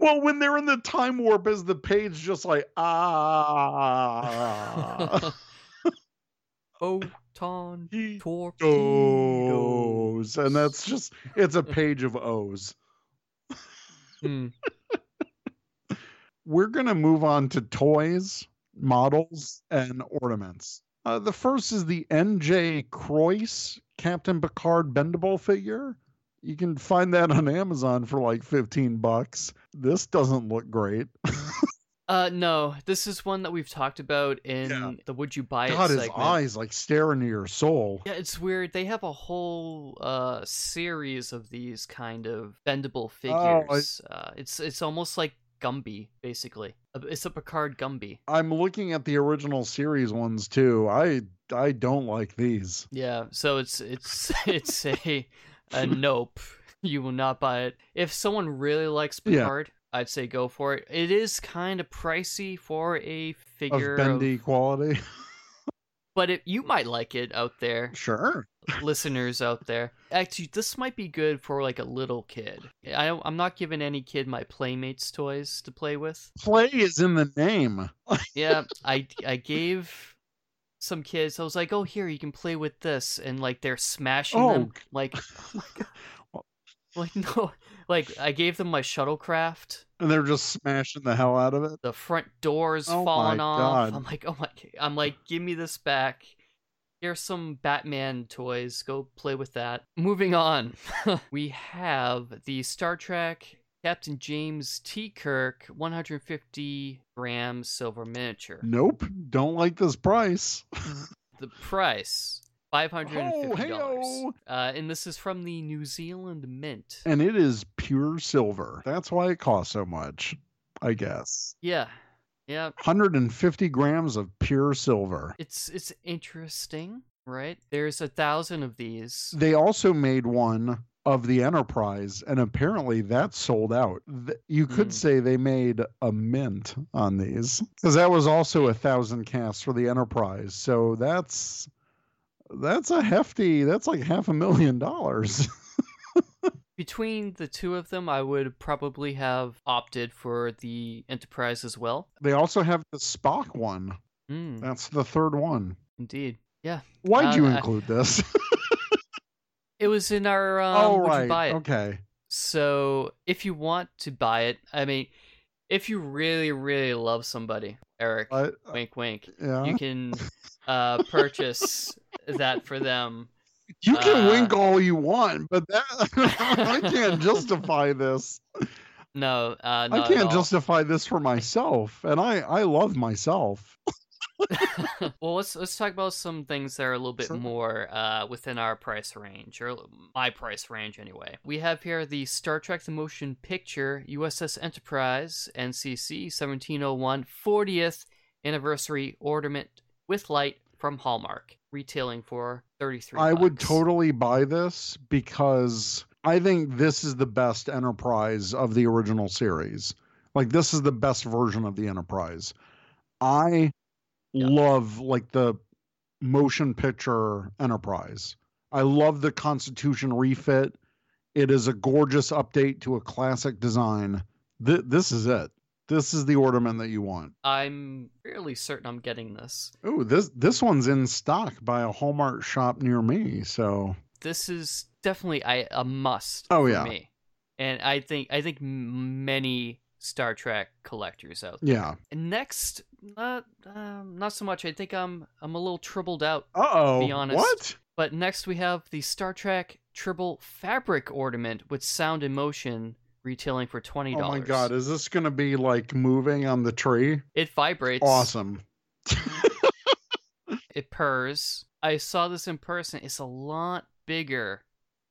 Speaker 5: well, when they're in the time warp, is the page just like
Speaker 4: [laughs]
Speaker 5: ah?
Speaker 4: Photon
Speaker 5: he
Speaker 4: torpedo.
Speaker 5: goes, and that's just it's a page of O's.
Speaker 4: Hmm.
Speaker 5: We're gonna move on to toys, models, and ornaments. Uh, the first is the NJ Croyce Captain Picard bendable figure. You can find that on Amazon for like 15 bucks. This doesn't look great.
Speaker 4: Uh, no. This is one that we've talked about in
Speaker 5: Yeah.
Speaker 4: the "Would you buy it?"
Speaker 5: God, his
Speaker 4: segment.
Speaker 5: eyes like stare into your soul.
Speaker 4: Yeah, it's weird. They have a whole uh, series of these kind of bendable
Speaker 5: Oh, I-
Speaker 4: figures. Uh, it's it's almost like Gumby, basically. Uh, It's a Picard Gumby.
Speaker 5: I'm looking at the original series ones too. I I don't like these.
Speaker 4: Yeah. So it's it's [laughs] it's a a nope. You will not buy it. If someone really likes
Speaker 5: Yeah.
Speaker 4: Picard, I'd say go for it. It is kind of pricey for a
Speaker 5: Of
Speaker 4: figure, of- [laughs]
Speaker 5: bendy quality.
Speaker 4: but it, you might like it out there.
Speaker 5: Sure.
Speaker 4: listeners out there. Actually, this might be good for like a little kid. I don't, I'm not giving any kid my Playmates toys to play with.
Speaker 5: Play is in the name.
Speaker 4: Yeah, I I gave some kids. I was like, "Oh, here you can play with this," and like they're smashing them.
Speaker 5: [laughs] Oh.
Speaker 4: Like, oh my god. Like [laughs] no, like I gave them my shuttlecraft.
Speaker 5: And they're just smashing the hell out of it.
Speaker 4: The front doors
Speaker 5: Oh my
Speaker 4: falling off.
Speaker 5: God.
Speaker 4: I'm like, oh my! I'm like, give me this back. Here's some Batman toys. Go play with that. Moving on, [laughs] we have the Star Trek Captain James T. Kirk 150 gram silver miniature.
Speaker 5: Nope. Don't like this price.
Speaker 4: The price. Five hundred and fifty dollars,
Speaker 5: heyo.
Speaker 4: uh, and this is from the New Zealand Mint.
Speaker 5: And it is pure silver. That's why it costs so much, I guess.
Speaker 4: Yeah, yeah,
Speaker 5: 150 grams of pure silver.
Speaker 4: it's it's interesting, right? There's a thousand of these.
Speaker 5: They also made one of the Enterprise, and apparently that sold out. Th- You could
Speaker 4: Hmm.
Speaker 5: say they made a mint on these because that was also a thousand casts for the Enterprise. So that's that's a hefty. That's like half a million dollars. [laughs]
Speaker 4: Between the two of them, I would probably have opted for the Enterprise as well.
Speaker 5: they also have the Spock one.
Speaker 4: Mm,
Speaker 5: That's the third one.
Speaker 4: indeed, yeah.
Speaker 5: Why'd you
Speaker 4: Uh, I-
Speaker 5: include this?
Speaker 4: It was in our. [laughs] Um,
Speaker 5: oh
Speaker 4: would
Speaker 5: right.
Speaker 4: you buy it?
Speaker 5: Okay.
Speaker 4: So if you want to buy it, I mean, if you really, really love somebody, Eric,
Speaker 5: I-
Speaker 4: wink, wink,
Speaker 5: yeah.
Speaker 4: you
Speaker 5: [laughs]
Speaker 4: can uh, purchase that for them.
Speaker 5: You can
Speaker 4: Uh,
Speaker 5: wink all you want, but that [laughs] I can't justify this.
Speaker 4: No, uh, not
Speaker 5: I
Speaker 4: at
Speaker 5: can't
Speaker 4: all.
Speaker 5: justify this for myself, and I I love myself.
Speaker 4: well, let's let's talk about some things that are a little bit
Speaker 5: Sure.
Speaker 4: more uh, within our price range, or my price range anyway. We have here the Star Trek: The Motion Picture USS Enterprise oh NCC 1701 40th anniversary ornament with light from Hallmark, retailing for 33
Speaker 5: I would
Speaker 4: bucks.
Speaker 5: totally buy this because I think this is the best Enterprise of the original series. Like this is the best version of the Enterprise. I
Speaker 4: Yeah.
Speaker 5: love like the motion picture Enterprise. I love the Constitution refit. It is a gorgeous update to a classic design. Th- this is it. This is the ornament that you want.
Speaker 4: I'm fairly certain I'm getting this.
Speaker 5: Oh, this this one's in stock by a Hallmark shop near me. So
Speaker 4: This is definitely I, a must
Speaker 5: Oh,
Speaker 4: for
Speaker 5: yeah.
Speaker 4: me. And I think I think m- many Star Trek collectors out
Speaker 5: yeah.
Speaker 4: And next, not um, not so much. I think I'm I'm a little tribbled out.
Speaker 5: Uh oh.
Speaker 4: be honest.
Speaker 5: What?
Speaker 4: But next we have the Star Trek Tribble fabric ornament with sound and motion, retailing for twenty
Speaker 5: Oh
Speaker 4: dollars.
Speaker 5: my god, is this gonna be like moving on the tree?
Speaker 4: It vibrates.
Speaker 5: Awesome. [laughs]
Speaker 4: It purrs. I saw this in person. It's a lot bigger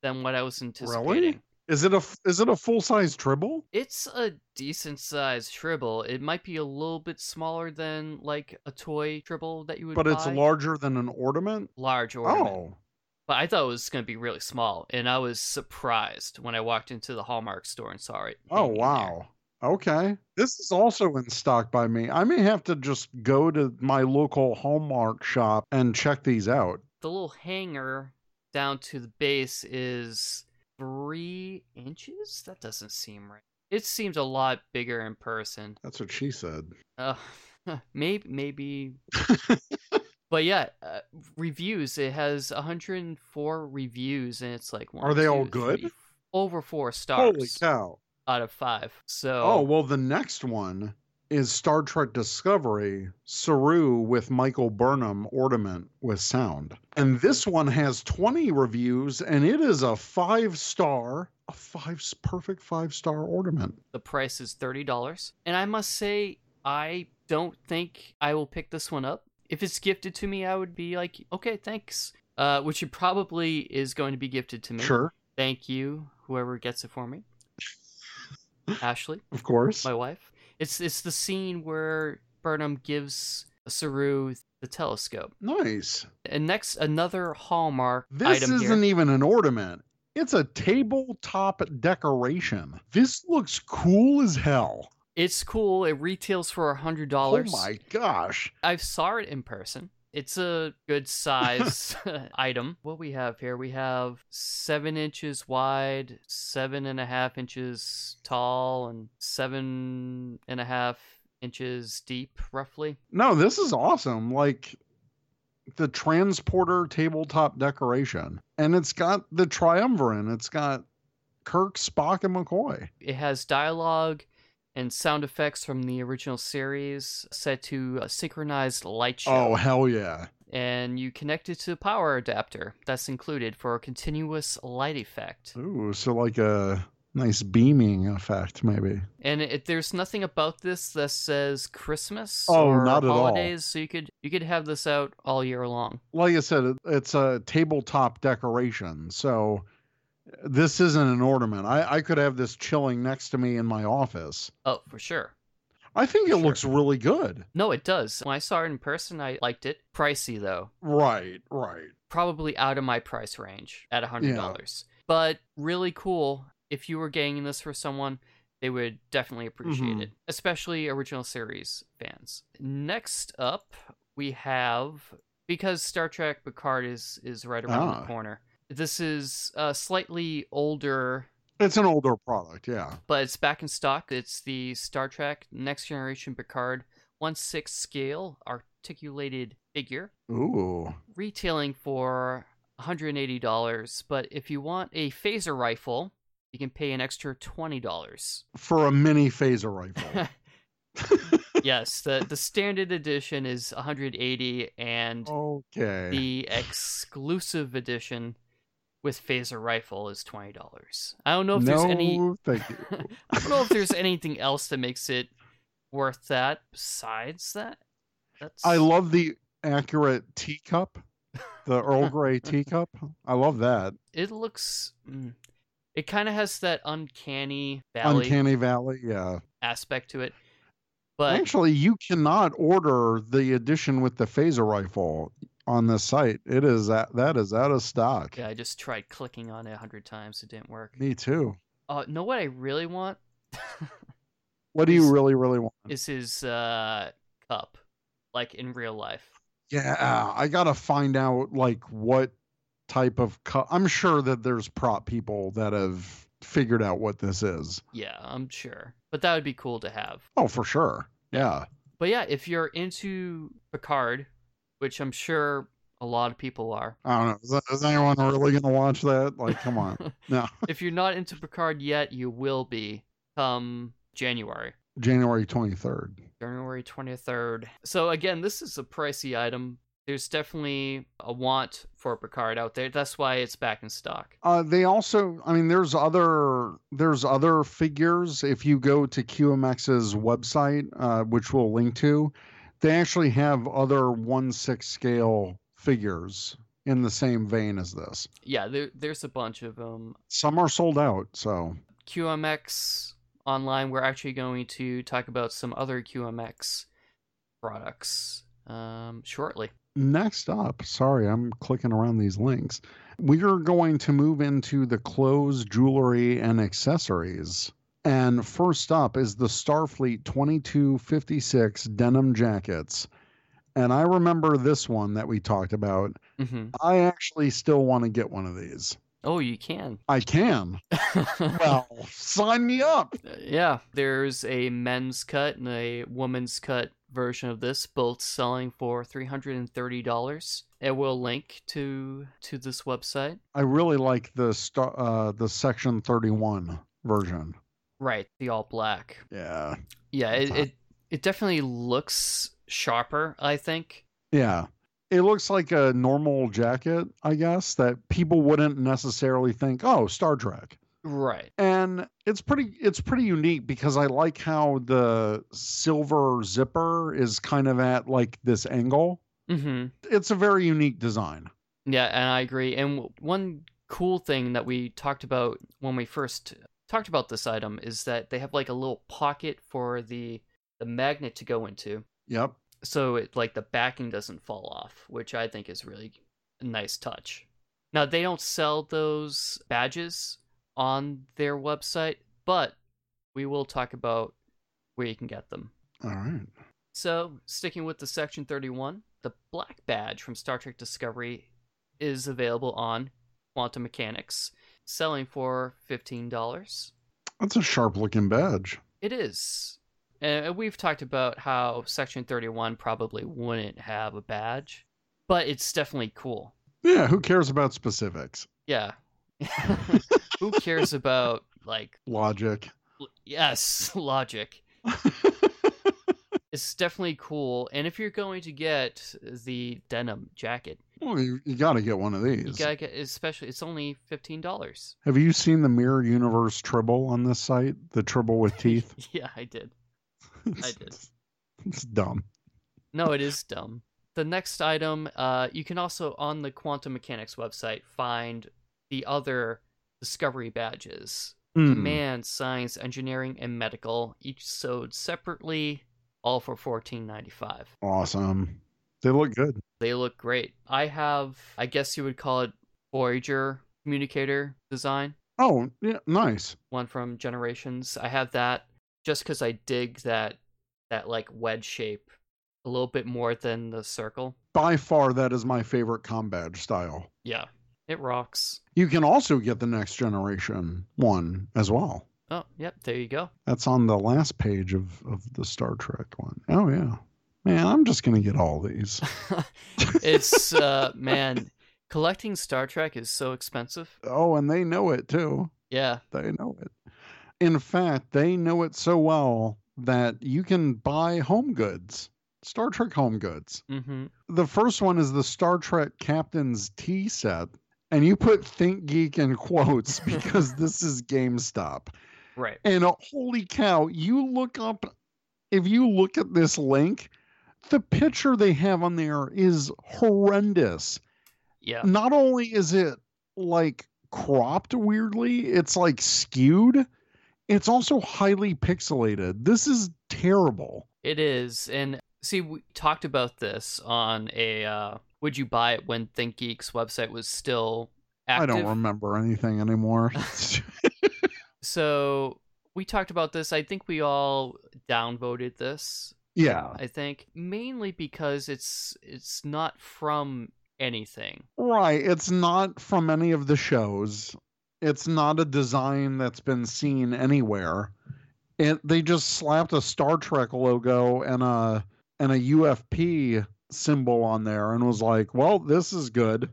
Speaker 4: than what I was anticipating.
Speaker 5: Is it a f- is it a full size tribble?
Speaker 4: It's a decent sized tribble. It might be a little bit smaller than like a toy tribble that you would
Speaker 5: But it's
Speaker 4: buy.
Speaker 5: larger than an ornament.
Speaker 4: large ornament.
Speaker 5: Oh,
Speaker 4: But I thought it was going to be really small, and I was surprised when I walked into the Hallmark store and saw it.
Speaker 5: oh
Speaker 4: hanging there.
Speaker 5: wow. Okay, this is also in stock by me. I may have to just go to my local Hallmark shop and check these out.
Speaker 4: The little hanger down to the base is three inches. That doesn't seem right. It seems a lot bigger in person.
Speaker 5: That's what she said.
Speaker 4: [laughs] Uh, maybe,
Speaker 5: [laughs]
Speaker 4: maybe. but yeah, uh, reviews. It has 104 reviews, and it's like one.
Speaker 5: Are they all
Speaker 4: two,
Speaker 5: good?
Speaker 4: three, f- over four stars
Speaker 5: Holy cow!
Speaker 4: out of five. So
Speaker 5: Oh well, the next one is Star Trek Discovery Saru with Michael Burnham ornament with sound, and this one has 20 reviews, and it is a five star, a five s- perfect five star ornament.
Speaker 4: The price is $30. And I must say, I don't think I will pick this one up. If it's gifted to me, I would be like, okay, thanks. Uh, which it probably is going to be gifted to me.
Speaker 5: Sure,
Speaker 4: Thank you, whoever gets it for me. Ashley,
Speaker 5: of course.
Speaker 4: my wife. It's it's the scene where Burnham gives Saru the telescope.
Speaker 5: Nice.
Speaker 4: And next, another Hallmark
Speaker 5: This
Speaker 4: item
Speaker 5: isn't
Speaker 4: here.
Speaker 5: even an ornament. It's a tabletop decoration. This looks cool as hell.
Speaker 4: It's cool. It retails for hundred
Speaker 5: Oh
Speaker 4: dollars.
Speaker 5: my gosh.
Speaker 4: I saw it in person. It's a good
Speaker 5: [laughs]
Speaker 4: size [laughs] item. What we have here, we have seven inches wide, seven and a half inches tall, and seven and a half inches deep, roughly.
Speaker 5: No, this is awesome. Like the transporter tabletop decoration. And it's got the triumvirate. It's got Kirk, Spock, and McCoy.
Speaker 4: It has dialogue and sound effects from the original series set to a synchronized light show.
Speaker 5: Oh, hell yeah.
Speaker 4: And you connect it to a power adapter that's included for a continuous light effect.
Speaker 5: Ooh, so like a nice beaming effect, maybe.
Speaker 4: And it, there's nothing about this that says Christmas
Speaker 5: Oh,
Speaker 4: or
Speaker 5: not at all.
Speaker 4: holidays, so you could you could have this out all year long.
Speaker 5: Like I said, it- it's a tabletop decoration. So this isn't an ornament. I, I could have this chilling next to me in my office.
Speaker 4: Oh, for sure.
Speaker 5: I think it
Speaker 4: Sure.
Speaker 5: looks really good.
Speaker 4: No, it does. When I saw it in person, I liked it. Pricey though,
Speaker 5: Right, right.
Speaker 4: probably out of my price range at a hundred dollars, but really cool. If you were getting this for someone, they would definitely appreciate
Speaker 5: Mhm.
Speaker 4: it, especially original series fans. Next up, we have because Star Trek Picard is is right around
Speaker 5: Ah.
Speaker 4: the corner. This is a slightly older,
Speaker 5: It's an older product, yeah.
Speaker 4: but it's back in stock. It's the Star Trek Next Generation Picard 1 6 scale articulated figure,
Speaker 5: Ooh.
Speaker 4: retailing for $180. But if you want a phaser rifle, you can pay an extra
Speaker 5: [laughs]
Speaker 4: $20.
Speaker 5: for a mini phaser rifle.
Speaker 4: yes, the, the standard edition is 180 and
Speaker 5: Oh, okay.
Speaker 4: the exclusive edition with phaser rifle is twenty dollars. I don't know if there's any.
Speaker 5: No, thank you.
Speaker 4: [laughs] I don't know if there's anything else that makes it worth that besides that. That's
Speaker 5: I love the accurate teacup,
Speaker 4: [laughs]
Speaker 5: the Earl Grey teacup. I love that.
Speaker 4: It looks. mm, It kind of has that uncanny valley
Speaker 5: Uncanny Valley, yeah.
Speaker 4: aspect to it, but
Speaker 5: Actually, you cannot order the edition with the phaser rifle on this site. It is that that is out of stock.
Speaker 4: Yeah, I just tried clicking on it a hundred times. It didn't work.
Speaker 5: Me too.
Speaker 4: Uh, know what I really
Speaker 5: [laughs]
Speaker 4: want
Speaker 5: What do you
Speaker 4: Is-
Speaker 5: really really want?
Speaker 4: is his uh cup, like in real life.
Speaker 5: Yeah, I gotta find out like what type of cup. I'm sure that there's prop people that have figured out what this is.
Speaker 4: Yeah, I'm sure. But that would be cool to have.
Speaker 5: Oh, for sure. Yeah,
Speaker 4: But yeah, if you're into Picard, which I'm sure a lot of people are.
Speaker 5: I don't know. Is, that, is anyone really gonna watch that? Like,
Speaker 4: [laughs]
Speaker 5: come on. No,
Speaker 4: if you're not into Picard yet, you will be come January.
Speaker 5: January 23rd.
Speaker 4: January 23rd. So again, this is a pricey item. There's definitely a want for Picard out there. That's why it's back in stock.
Speaker 5: Uh, they also, I mean, there's other there's other figures. If you go to QMX's website, uh, which we'll link to, they actually have other one six scale figures in the same vein as this.
Speaker 4: Yeah, there, there's a bunch of them.
Speaker 5: Some are sold out, so
Speaker 4: QMX online. We're actually going to talk about some other QMX products um, shortly.
Speaker 5: Next up, sorry, I'm clicking around these links. We are going to move into the clothes, jewelry, and accessories. And first up is the Starfleet 2256 denim jackets. And I remember this one that we talked about.
Speaker 4: hmm
Speaker 5: I actually still want to get one of these.
Speaker 4: Oh, you can. [laughs]
Speaker 5: I can. Well, sign me up.
Speaker 4: yeah, there's a men's cut and a woman's cut version of this, both selling for three hundred and thirty dollars. And we'll link to to this website.
Speaker 5: I really like the star, uh, the Section 31 version.
Speaker 4: Right, Uh-huh. the all black.
Speaker 5: Yeah.
Speaker 4: Yeah,
Speaker 5: That's
Speaker 4: it,
Speaker 5: hot.
Speaker 4: it it definitely looks sharper. I think.
Speaker 5: Yeah. It looks like a normal jacket, I guess, that people wouldn't necessarily think, "Oh, Star Trek."
Speaker 4: Right.
Speaker 5: And it's pretty it's pretty unique because I like how the silver zipper is kind of at like this angle.
Speaker 4: Mm-hmm.
Speaker 5: It's a very unique design.
Speaker 4: Yeah, and I agree. And w- one cool thing that we talked about when we first talked about this item is that they have like a little pocket for the the magnet to go into,
Speaker 5: Yep.
Speaker 4: so it like the backing doesn't fall off, which I think is really a nice touch. Now they don't sell those badges on their website, but we will talk about where you can get them.
Speaker 5: All right.
Speaker 4: So, sticking with the Section 31, the Black Badge from Star Trek Discovery is available on Quantum Mechanics, selling for $15.
Speaker 5: That's a sharp-looking badge.
Speaker 4: It is. And we've talked about how Section 31 probably wouldn't have a badge, but it's definitely cool.
Speaker 5: Yeah, who cares about specifics?
Speaker 4: Yeah. [laughs] Who cares about, like,
Speaker 5: Logic.
Speaker 4: l- yes, [laughs] logic? It's definitely cool. And if you're going to get the denim jacket,
Speaker 5: well, you, you got to get one of
Speaker 4: You
Speaker 5: these.
Speaker 4: gotta get especially. It's only fifteen dollars. [laughs]
Speaker 5: Have you seen the Mirror Universe Tribble on this site? The Tribble with teeth?
Speaker 4: yeah, [laughs] I did. I did.
Speaker 5: [laughs] It's dumb.
Speaker 4: No, it is dumb. The next item, uh, you can also on the Quantum Mechanics website find the other Discovery badges:
Speaker 5: Hmm.
Speaker 4: Command, Science, Engineering, and Medical, each sold separately, all for fourteen ninety five.
Speaker 5: Awesome. They look good.
Speaker 4: They look great. I have, I guess you would call it Voyager communicator design.
Speaker 5: Oh, yeah, nice.
Speaker 4: one from Generations. I have that just because I dig that that like wedge shape a little bit more than the circle.
Speaker 5: By far, that is my favorite com badge style.
Speaker 4: Yeah, it rocks.
Speaker 5: You can also get the next generation one as well.
Speaker 4: Oh, yep, there you go.
Speaker 5: That's on the last page of, of the Star Trek one. Oh, yeah. Man, I'm just going to get all these. [laughs]
Speaker 4: it's uh man, collecting Star Trek is so expensive.
Speaker 5: Oh, and they know it too.
Speaker 4: Yeah,
Speaker 5: They know it. In fact, they know it so well that you can buy home goods, Star Trek home goods.
Speaker 4: mm-hmm.
Speaker 5: The first one is the Star Trek Captain's Tea set, and you put Think Geek in
Speaker 4: [laughs]
Speaker 5: quotes because this is GameStop.
Speaker 4: right.
Speaker 5: And uh, holy cow, you look up if you look at this link, the picture they have on there is horrendous.
Speaker 4: Yeah,
Speaker 5: Not only is it like cropped weirdly, it's like skewed. It's also highly pixelated. This is terrible.
Speaker 4: it is. And see, we talked about this on a uh, Would you buy it when Think Geek's website was still
Speaker 5: I
Speaker 4: active?
Speaker 5: don't remember anything anymore. [laughs]
Speaker 4: So we talked about this. I think we all downvoted this.
Speaker 5: yeah.
Speaker 4: I think mainly because it's it's not from anything.
Speaker 5: Right. It's not from any of the shows. It's not a design that's been seen anywhere. It they just slapped a Star Trek logo and a and a UFP symbol on there and was like, "Well, this is good."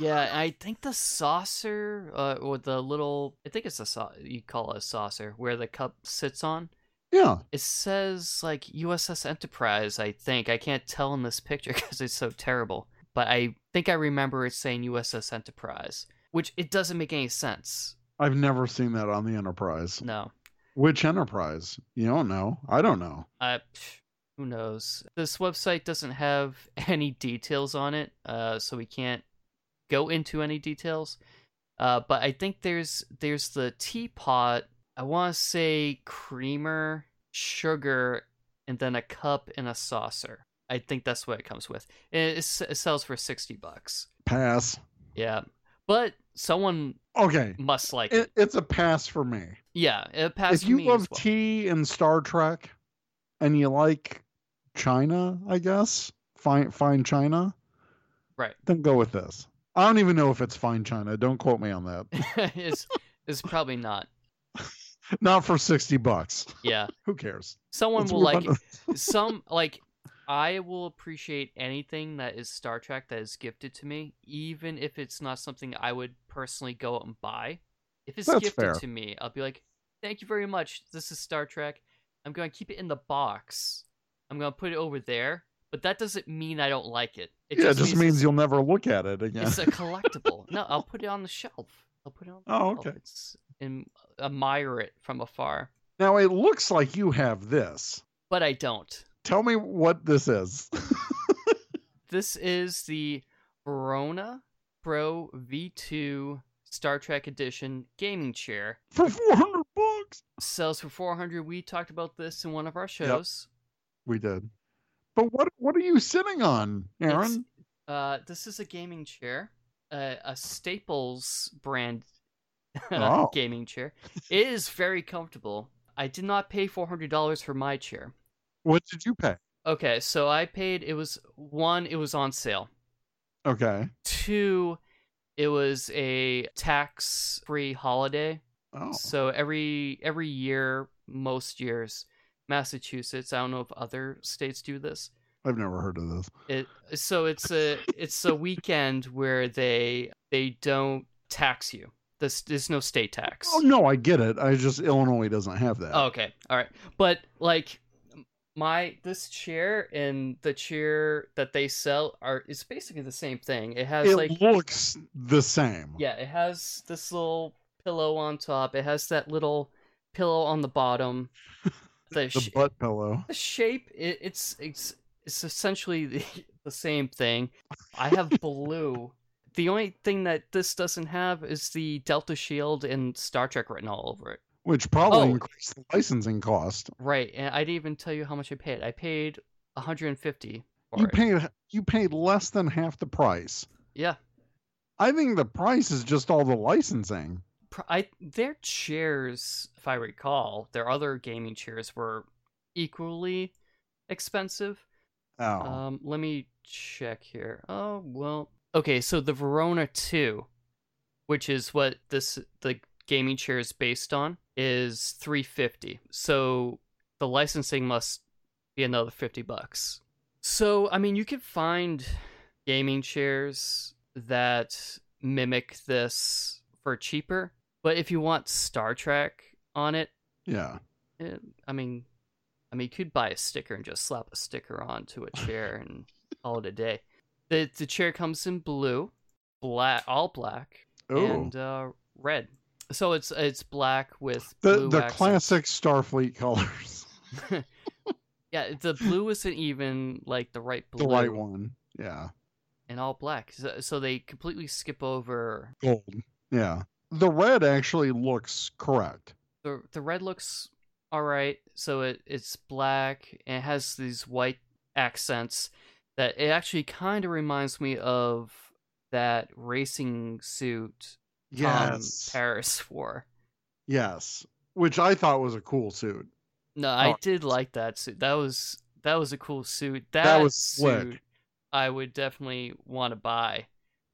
Speaker 4: Yeah, I think the saucer uh, or the little I think it's a sau you call it a saucer where the cup sits on.
Speaker 5: Yeah.
Speaker 4: It says like USS Enterprise, I think. I can't tell in this picture [laughs] because it's so terrible. But I think I remember it saying USS Enterprise, which it doesn't make any sense.
Speaker 5: I've never seen that on the Enterprise.
Speaker 4: No.
Speaker 5: Which Enterprise? You don't know. I don't know.
Speaker 4: Uh, psh, who knows? This website doesn't have [laughs] any details on it, uh, so we can't go into any details. Uh, but I think there's there's the teapot. I want to say creamer, sugar, and then a cup and a saucer. I think that's what it comes with. And it, s- it sells for sixty bucks.
Speaker 5: Pass.
Speaker 4: Yeah, but someone
Speaker 5: Okay.
Speaker 4: must like it.
Speaker 5: It, it's a pass for me.
Speaker 4: Yeah, it passed
Speaker 5: if you
Speaker 4: me as
Speaker 5: love
Speaker 4: well.
Speaker 5: tea and Star Trek, and you like China, I guess fine fine China,
Speaker 4: Right.
Speaker 5: Then go with this. I don't even know if it's fine China. Don't quote me
Speaker 4: [laughs]
Speaker 5: on that.
Speaker 4: [laughs] it's, it's probably not.
Speaker 5: Not for sixty bucks.
Speaker 4: Yeah,
Speaker 5: Who cares?
Speaker 4: someone
Speaker 5: Let's
Speaker 4: will
Speaker 5: move
Speaker 4: like
Speaker 5: on
Speaker 4: it.
Speaker 5: [laughs] to-
Speaker 4: some like I will appreciate anything that is Star Trek that is gifted to me, even if it's not something I would personally go out and buy. If it's
Speaker 5: That's
Speaker 4: gifted
Speaker 5: fair.
Speaker 4: to me, I'll be like, "Thank you very much. This is Star Trek. I'm going to keep it in the box. I'm going to put it over there." But that doesn't mean I don't like it. It
Speaker 5: yeah, it just means
Speaker 4: it's-
Speaker 5: you'll never look at it again. [laughs]
Speaker 4: It's a collectible. no, I'll put it on the shelf. I'll put it on. The
Speaker 5: Oh,
Speaker 4: shelf.
Speaker 5: okay.
Speaker 4: It's and admire it from afar,
Speaker 5: Now it looks like you have this.
Speaker 4: but I don't.
Speaker 5: Tell me what this is. [laughs]
Speaker 4: This is the Verona Pro V2 Star Trek Edition gaming chair.
Speaker 5: for four hundred bucks.
Speaker 4: Sells for 400. We talked about this in one of our
Speaker 5: Yep.
Speaker 4: shows.
Speaker 5: We did. But what what are you sitting on,
Speaker 4: It's-
Speaker 5: Aaron?
Speaker 4: Uh, this is a gaming chair, uh, a Staples brand [laughs]
Speaker 5: Oh.
Speaker 4: gaming chair. It is very comfortable. I did not pay $400 for my chair.
Speaker 5: What did you pay?
Speaker 4: Okay, so I paid, it was one, it was on sale.
Speaker 5: Okay.
Speaker 4: Two, it was a tax free holiday.
Speaker 5: Oh.
Speaker 4: So every every year, most years, Massachusetts. I don't know if other states do this.
Speaker 5: I've never heard of this.
Speaker 4: It so it's a it's a weekend where they they don't tax you. There's there's no state tax.
Speaker 5: Oh no, I get it. I just Illinois doesn't have that.
Speaker 4: Okay, all right. But like my this chair and the chair that they sell are it's basically the same thing. It has
Speaker 5: it
Speaker 4: like
Speaker 5: looks the same.
Speaker 4: Yeah, it has this little pillow on top. It has that little pillow on the
Speaker 5: [laughs]
Speaker 4: bottom. The,
Speaker 5: The
Speaker 4: sh-
Speaker 5: butt pillow.
Speaker 4: the shape it, it's it's it's essentially the, [laughs] the same thing. I have blue. The only thing that this doesn't have is the Delta Shield and Star Trek written all over it.
Speaker 5: Which probably
Speaker 4: Oh.
Speaker 5: increased the licensing cost.
Speaker 4: Right, and I didn't even tell you how much I paid. I paid 150 for
Speaker 5: You
Speaker 4: it.
Speaker 5: paid you paid less than half the price.
Speaker 4: yeah.
Speaker 5: I think the price is just all the licensing.
Speaker 4: pr- I their chairs, if I recall, their other gaming chairs were equally expensive.
Speaker 5: Oh.
Speaker 4: Um, let me check here. Oh well, okay. So the Verona Two, which is what this the gaming chair is based on, is three fifty. So the licensing must be another fifty bucks. So I mean, you can find gaming chairs that mimic this for cheaper, but if you want Star Trek on it,
Speaker 5: yeah.
Speaker 4: Eh, I mean, I mean, you could buy a sticker and just slap a sticker onto a chair
Speaker 5: [laughs]
Speaker 4: and call it a day. The the chair comes in blue, black, all black,
Speaker 5: Oh.
Speaker 4: and uh, red. So it's it's black with
Speaker 5: [laughs] the
Speaker 4: blue
Speaker 5: the
Speaker 4: accents.
Speaker 5: classic Starfleet colors.
Speaker 4: [laughs]
Speaker 5: [laughs]
Speaker 4: yeah, the blue isn't even like the right blue,
Speaker 5: the right one. Yeah.
Speaker 4: and all black. So, so they completely skip over
Speaker 5: Gold. Yeah. The red actually looks
Speaker 4: Um,
Speaker 5: correct.
Speaker 4: the the red looks all right. So it it's black and it has these white accents. that it actually kind of reminds me of that racing suit Tom
Speaker 5: Yes.
Speaker 4: Paris [laughs] wore.
Speaker 5: yes. Which I thought was a cool suit.
Speaker 4: No, I
Speaker 5: Oh.
Speaker 4: did like that suit. That was that was a cool suit. That,
Speaker 5: was
Speaker 4: suit
Speaker 5: slick.
Speaker 4: I would definitely want to buy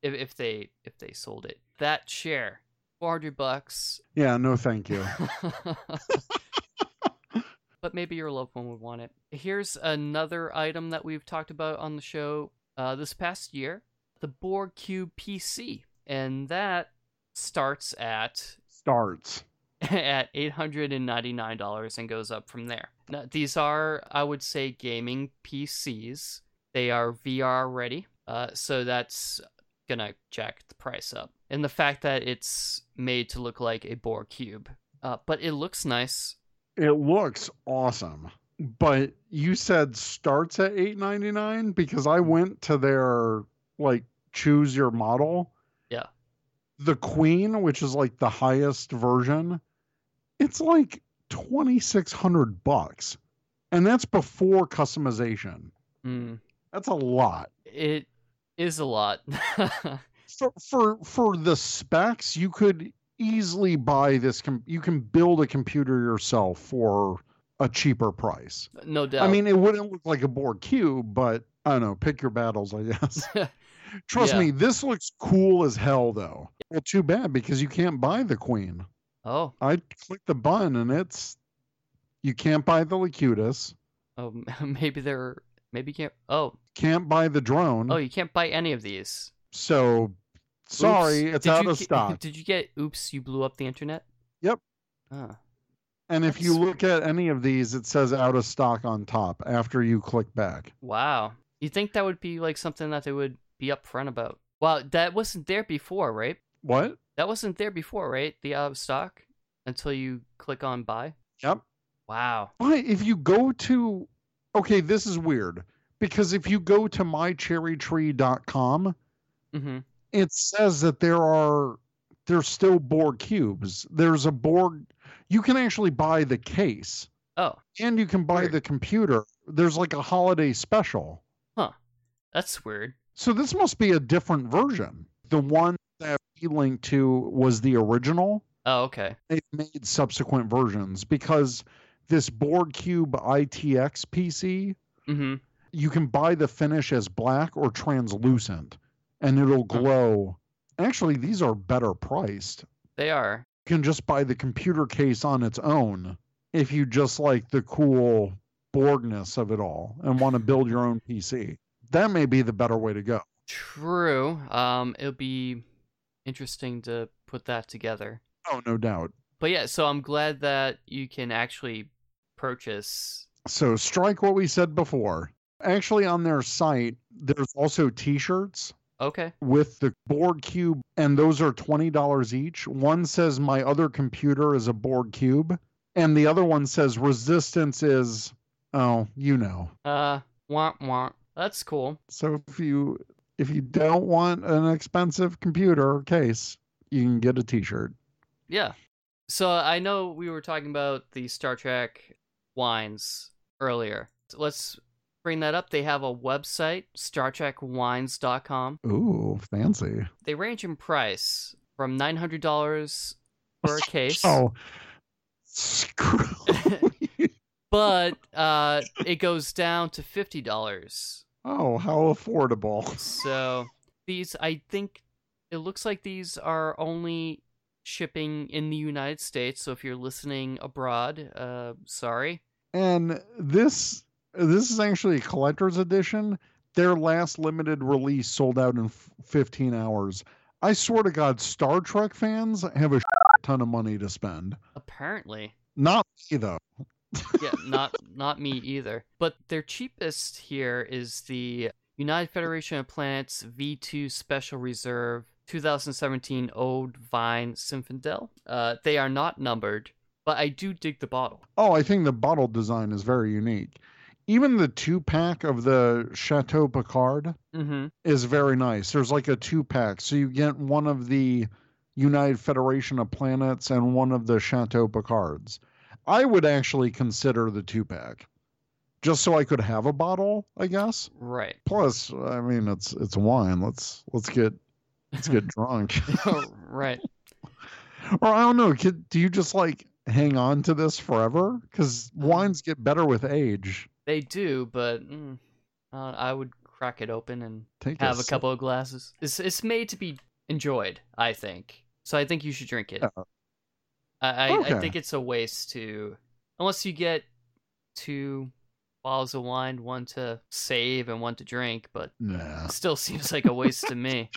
Speaker 4: if, if they if they sold it. That chair, four hundred bucks.
Speaker 5: Yeah, no thank
Speaker 4: [laughs]
Speaker 5: you.
Speaker 4: but maybe your loved one would want it. Here's another item that we've talked about on the show uh, this past year: the Borg Cube PC, and that starts at
Speaker 5: Starts.
Speaker 4: at eight hundred and ninety nine dollars and goes up from there. Now, these are, I would say, gaming PCs. They are VR ready, uh, so that's gonna jack the price up. And the fact that it's made to look like a Bohr cube, uh, but it looks nice.
Speaker 5: It looks awesome. But you said starts at 899 because I went to their like choose your model.
Speaker 4: Yeah.
Speaker 5: The Queen, which is like the highest version, it's like 2600 bucks. And that's before customization.
Speaker 4: Mm,
Speaker 5: That's a lot.
Speaker 4: it is a lot. [laughs]
Speaker 5: for for for the specs you could easily buy this com- you can build a computer yourself for a cheaper price
Speaker 4: no doubt.
Speaker 5: i mean it wouldn't look like a board cube but i don't know pick your battles
Speaker 4: [laughs]
Speaker 5: i guess trust
Speaker 4: Yeah.
Speaker 5: me this looks cool as hell though well too bad because you can't buy the queen
Speaker 4: oh,
Speaker 5: i clicked the button and it's you can't buy the lacutus
Speaker 4: oh, [laughs] maybe they're maybe you can't. Oh,
Speaker 5: can't buy the drone
Speaker 4: oh, you can't buy any of these.
Speaker 5: so
Speaker 4: Oops.
Speaker 5: sorry it's
Speaker 4: Did
Speaker 5: out
Speaker 4: you
Speaker 5: of
Speaker 4: ge-
Speaker 5: stock
Speaker 4: Did you get [laughs] oops, you blew up the internet?
Speaker 5: Yep.
Speaker 4: Ah,
Speaker 5: And if
Speaker 4: That's
Speaker 5: you look at any of these, it says out of stock on top after you click back.
Speaker 4: wow. You think that would be like something that they would be upfront about? Wow, that wasn't there before, right?
Speaker 5: What?
Speaker 4: That wasn't there before, right? The out of stock until you click on buy.
Speaker 5: Yep.
Speaker 4: Wow.
Speaker 5: But if you go to, okay, this is weird because if you go to mycherrytree.com,
Speaker 4: Mm-hmm.
Speaker 5: it says that there are, there's still Borg cubes. There's a Borg, you can actually buy the case
Speaker 4: Oh,
Speaker 5: and you can buy
Speaker 4: Weird.
Speaker 5: the computer. There's like a holiday special.
Speaker 4: that's weird.
Speaker 5: So this must be a different version. The one that we linked to was the original.
Speaker 4: Oh, okay.
Speaker 5: they've made subsequent versions because this Borg Cube ITX PC,
Speaker 4: Mm-hmm.
Speaker 5: you can buy the finish as black or translucent and it'll glow. Actually, these are better priced. You
Speaker 4: They are.
Speaker 5: can just buy the computer case on its own if you just like the cool Borgness of it all and want to build your own PC. That may be the better way to go.
Speaker 4: True. Um, it'll be interesting to put that together.
Speaker 5: Oh, no doubt.
Speaker 4: But yeah, so I'm glad that you can actually purchase.
Speaker 5: So strike what we said before. Actually, on their site, there's also t shirts.
Speaker 4: Okay.
Speaker 5: with the board cube and those are $20 each one says my other computer is a board cube and the other one says resistance is oh you know
Speaker 4: Uh, want want. That's cool.
Speaker 5: so if you if you don't want an expensive computer or case you can get a t-shirt
Speaker 4: Yeah. So I know we were talking about the Star Trek wines earlier. So let's bring that up. They have a website, StarTrekWines.com.
Speaker 5: ooh fancy
Speaker 4: They range in price from nine hundred dollars per case,
Speaker 5: oh screw [laughs] you.
Speaker 4: [laughs] but uh, it goes down to fifty dollars
Speaker 5: oh how affordable
Speaker 4: So these, I think, it looks like these are only shipping in the United States. So if you're listening abroad, uh, sorry.
Speaker 5: and this this is actually a collector's edition their last limited release sold out in f- 15 hours i swear to god star trek fans have a ton of money to spend
Speaker 4: Apparently,
Speaker 5: not me though
Speaker 4: yeah, not not me either. But their cheapest here is the United Federation of Planets V2 Special Reserve 2017 Old Vine Zinfandel. Uh, they are not numbered, but I do dig the bottle.
Speaker 5: oh i think the bottle design is very unique even the two pack of the chateau picard
Speaker 4: Mm-hmm.
Speaker 5: is very nice. There's like a two pack. So you get one of the United Federation of Planets and one of the Chateau Picards. I would actually consider the two pack just so I could have a bottle, I guess.
Speaker 4: Right.
Speaker 5: Plus, I mean, it's it's wine. Let's let's get
Speaker 4: [laughs]
Speaker 5: let's get drunk.
Speaker 4: Oh, right.
Speaker 5: or I don't know. Could, do you just like hang on to this forever? Because
Speaker 4: Um,
Speaker 5: wines get better with age.
Speaker 4: They do, but mm, uh, I would crack it open and
Speaker 5: Take
Speaker 4: have a
Speaker 5: sip.
Speaker 4: couple of glasses. It's it's made to be enjoyed, I think. So I think you should drink it.
Speaker 5: Yeah.
Speaker 4: I I, I
Speaker 5: Okay.
Speaker 4: think it's a waste to unless you get two bottles of wine, one to save and one to drink, but
Speaker 5: Nah.
Speaker 4: still [laughs] seems like a waste to me.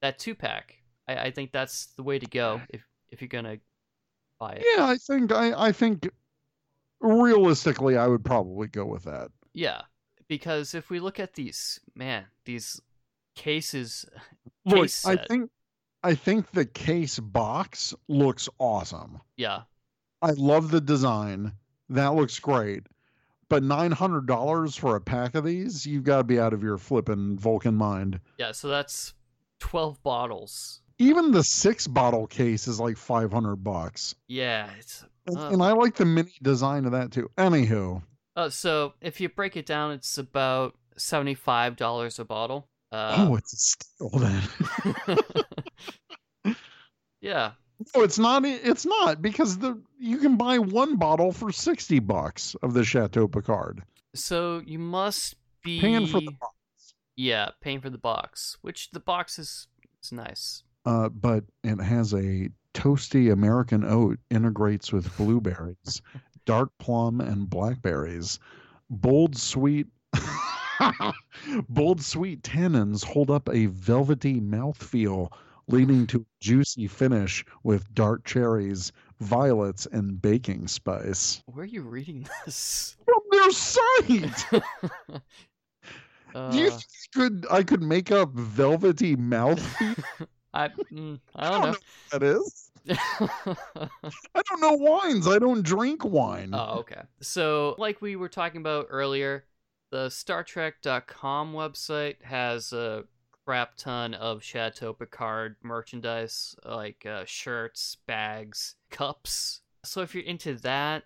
Speaker 4: That two pack, I, I think that's the way to go if if you're gonna buy it.
Speaker 5: Yeah, I think I I think realistically, I would probably go with that.
Speaker 4: Yeah, because if we look at these, man, these cases,
Speaker 5: Look,
Speaker 4: Case
Speaker 5: I
Speaker 4: set.
Speaker 5: think I think the case box looks awesome.
Speaker 4: yeah,
Speaker 5: I love the design. That looks great. But nine hundred dollars for a pack of these, you've got to be out of your flippin' Vulcan mind.
Speaker 4: yeah. So that's twelve bottles.
Speaker 5: Even the six bottle case is like five hundred bucks.
Speaker 4: Yeah, it's
Speaker 5: And,
Speaker 4: Oh.
Speaker 5: and I like the mini design of that too. Anywho,
Speaker 4: uh, so if you break it down, it's about seventy five dollars a bottle.
Speaker 5: oh,
Speaker 4: Uh,
Speaker 5: it's a steal then.
Speaker 4: [laughs]
Speaker 5: [laughs]
Speaker 4: yeah,
Speaker 5: no, it's not. e, It's not because the you can buy one bottle for sixty bucks of the Chateau Picard.
Speaker 4: so you must be
Speaker 5: Paying for the box.
Speaker 4: yeah paying for the box, which the box is is nice.
Speaker 5: uh, but it has a toasty American oat integrates with blueberries, [laughs] dark plum, and blackberries. Bold sweet, [laughs] bold sweet tannins hold up a velvety mouthfeel, leading to a juicy finish with dark cherries, violets, and baking spice.
Speaker 4: Where are you reading [laughs]
Speaker 5: [laughs]
Speaker 4: this?
Speaker 5: From their site, do
Speaker 4: Uh,
Speaker 5: you think I could I could make up velvety mouth?
Speaker 4: I mm, I
Speaker 5: I don't know
Speaker 4: don't
Speaker 5: what that is.
Speaker 4: know.
Speaker 5: I don't know wines. I don't drink [laughs] wine.
Speaker 4: Oh, okay. So, like we were talking about earlier, the Star Trek.com website has a crap ton of Chateau Picard merchandise, like uh, shirts, bags, cups. So, if you're into that,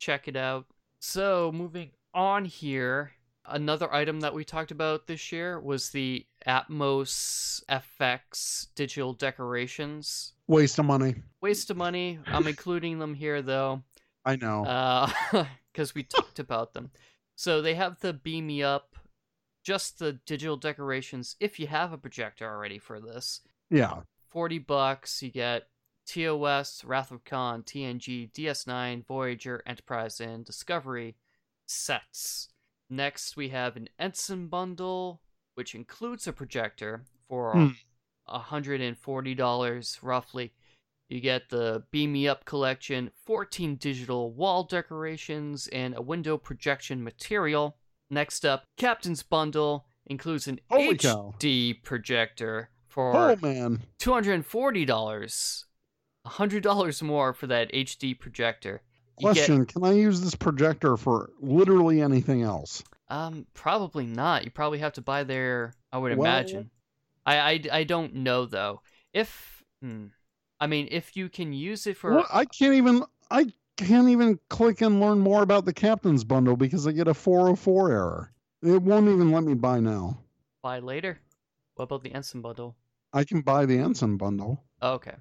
Speaker 4: check it out. So, moving on here, another item that we talked about this year was the Atmos FX digital decorations.
Speaker 5: Waste of money.
Speaker 4: Waste of money. I'm including them here though
Speaker 5: I know.
Speaker 4: Uh, [laughs] because we talked about them. So they have the beam me up, just the digital decorations. If you have a projector already for this,
Speaker 5: yeah.
Speaker 4: forty bucks, you get TOS, Wrath of Khan, TNG, DS9, Voyager, Enterprise, and Discovery sets. Next, we have an Ensign bundle, which includes a projector for
Speaker 5: Hmm.
Speaker 4: $140 roughly. You get the Beam Me Up collection, 14 digital wall decorations, and a window projection material. Next up, Captain's Bundle includes an
Speaker 5: Holy cow.
Speaker 4: HD projector for
Speaker 5: Oh man.
Speaker 4: two hundred and forty dollars, hundred dollars more for that HD projector. You get-
Speaker 5: Question: Can I use this projector for literally anything else?
Speaker 4: um, probably not. You probably have to buy their. I would
Speaker 5: Well-
Speaker 4: imagine. I, I I don't know though. If hmm, I mean, if you can use it for
Speaker 5: What? I can't even. I can't even click and learn more about the captain's bundle because I get a 404 error. It won't even let me buy now.
Speaker 4: buy later. What about the ensign bundle?
Speaker 5: I can buy the ensign bundle. [laughs]
Speaker 4: Oh, okay.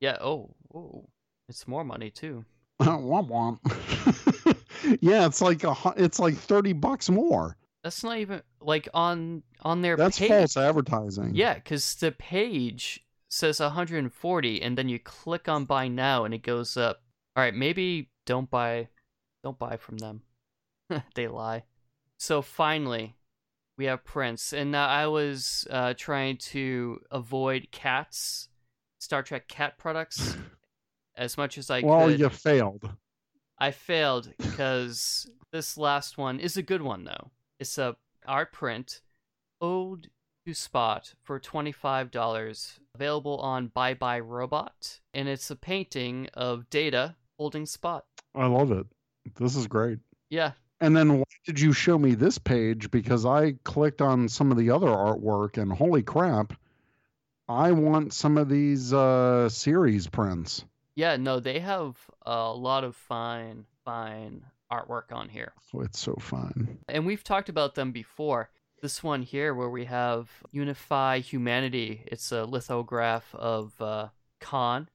Speaker 4: Yeah. Oh, oh, it's more money too.
Speaker 5: womp womp. [laughs] yeah, it's like a. hu- It's like 30 bucks more.
Speaker 4: That's not even like on on their
Speaker 5: That's
Speaker 4: page.
Speaker 5: false advertising.
Speaker 4: Yeah, because the page says 140, and then you click on buy now, and it goes up. All right, maybe don't buy, don't buy from them. [laughs] they lie. So finally, we have Prince, and now I was uh, trying to avoid cats, Star Trek cat
Speaker 5: [laughs]
Speaker 4: products, as much as I
Speaker 5: well,
Speaker 4: could.
Speaker 5: you failed.
Speaker 4: I failed because this last one is a good one though. It's a art print, Ode to Spot for twenty five dollars, available on Bye Bye Robot, and it's a painting of Data holding Spot.
Speaker 5: I love it. This is great.
Speaker 4: Yeah,
Speaker 5: And then why did you show me this page? Because I clicked on some of the other artwork and holy crap, I want some of these uh, series prints.
Speaker 4: yeah, no, they have a lot of fine, fine artwork on here.
Speaker 5: Oh, it's so fun.
Speaker 4: And we've talked about them before. This one here, where we have Unify Humanity, it's a lithograph of uh, Khan.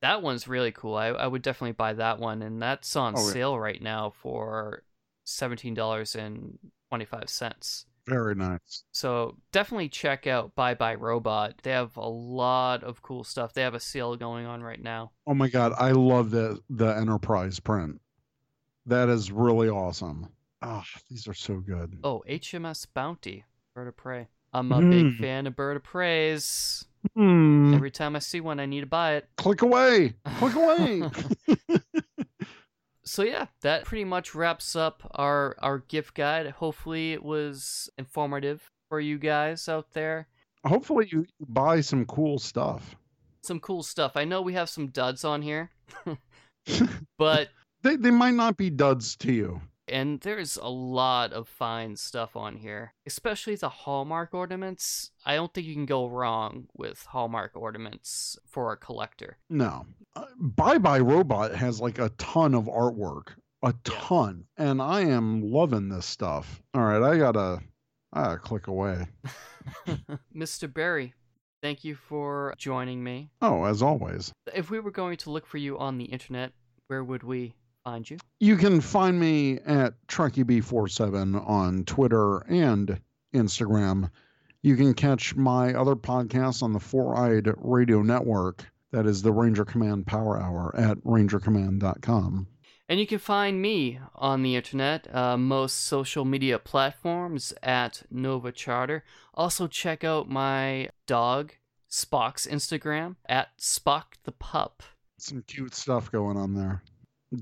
Speaker 4: That one's really cool. I, I would definitely buy that one. And that's on
Speaker 5: Oh, yeah.
Speaker 4: sale right now for $17.25.
Speaker 5: Very nice.
Speaker 4: So definitely check out Bye Bye Robot. They have a lot of cool stuff. They have a sale going on right now.
Speaker 5: Oh my god, I love the the Enterprise print. That is really awesome. Ah, these are so good.
Speaker 4: Oh, HMS Bounty, Bird of Prey. I'm a big
Speaker 5: Mm.
Speaker 4: fan of Bird of Prey's.
Speaker 5: Hmm.
Speaker 4: Every time I see one, I need to buy it.
Speaker 5: Click away. Click
Speaker 4: [laughs]
Speaker 5: away.
Speaker 4: So yeah, that pretty much wraps up our our gift guide. Hopefully, it was informative for you guys out there.
Speaker 5: Hopefully you buy some cool stuff.
Speaker 4: Some cool stuff. I know we have some duds on here, but
Speaker 5: They they might not be duds to you.
Speaker 4: and there's a lot of fine stuff on here, especially the Hallmark ornaments. I don't think you can go wrong with Hallmark ornaments for a collector.
Speaker 5: No. Uh, Bye Bye Robot has like a ton of artwork, a ton, and I am loving this stuff. All right, I gotta, I gotta click away.
Speaker 4: Mr. Barry, thank you for joining me.
Speaker 5: Oh, as always,
Speaker 4: If we were going to look for you on the internet, where would we find you?
Speaker 5: you can find me at TruckyB47 on Twitter and Instagram. You can catch my other podcasts on the Four Eyed Radio Network. That is the Ranger Command Power Hour at rangercommand.com.
Speaker 4: And you can find me on the internet, uh, most social media platforms at Nova Charter. Also, check out my dog, Spock's Instagram at Spock the Pup.
Speaker 5: Some cute stuff going on there.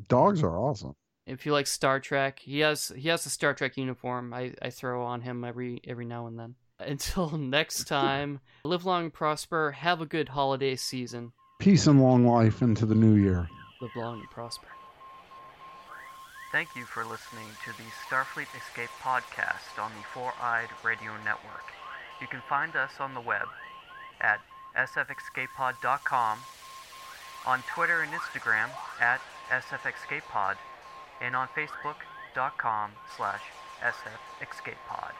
Speaker 5: Dogs are awesome.
Speaker 4: If you like Star Trek, he has he has a Star Trek uniform I, I throw on him every every now and then. [laughs] Until next time, live long, prosper, have a good holiday season.
Speaker 5: Peace and long life into the new year.
Speaker 4: Live long and prosper.
Speaker 3: Thank you for listening to the Starfleet Escape podcast on the Four Eyed Radio Network. You can find us on the web at sfescapepod.com, on Twitter and Instagram at sfescapepod, and on facebook.com slash sfescapepod.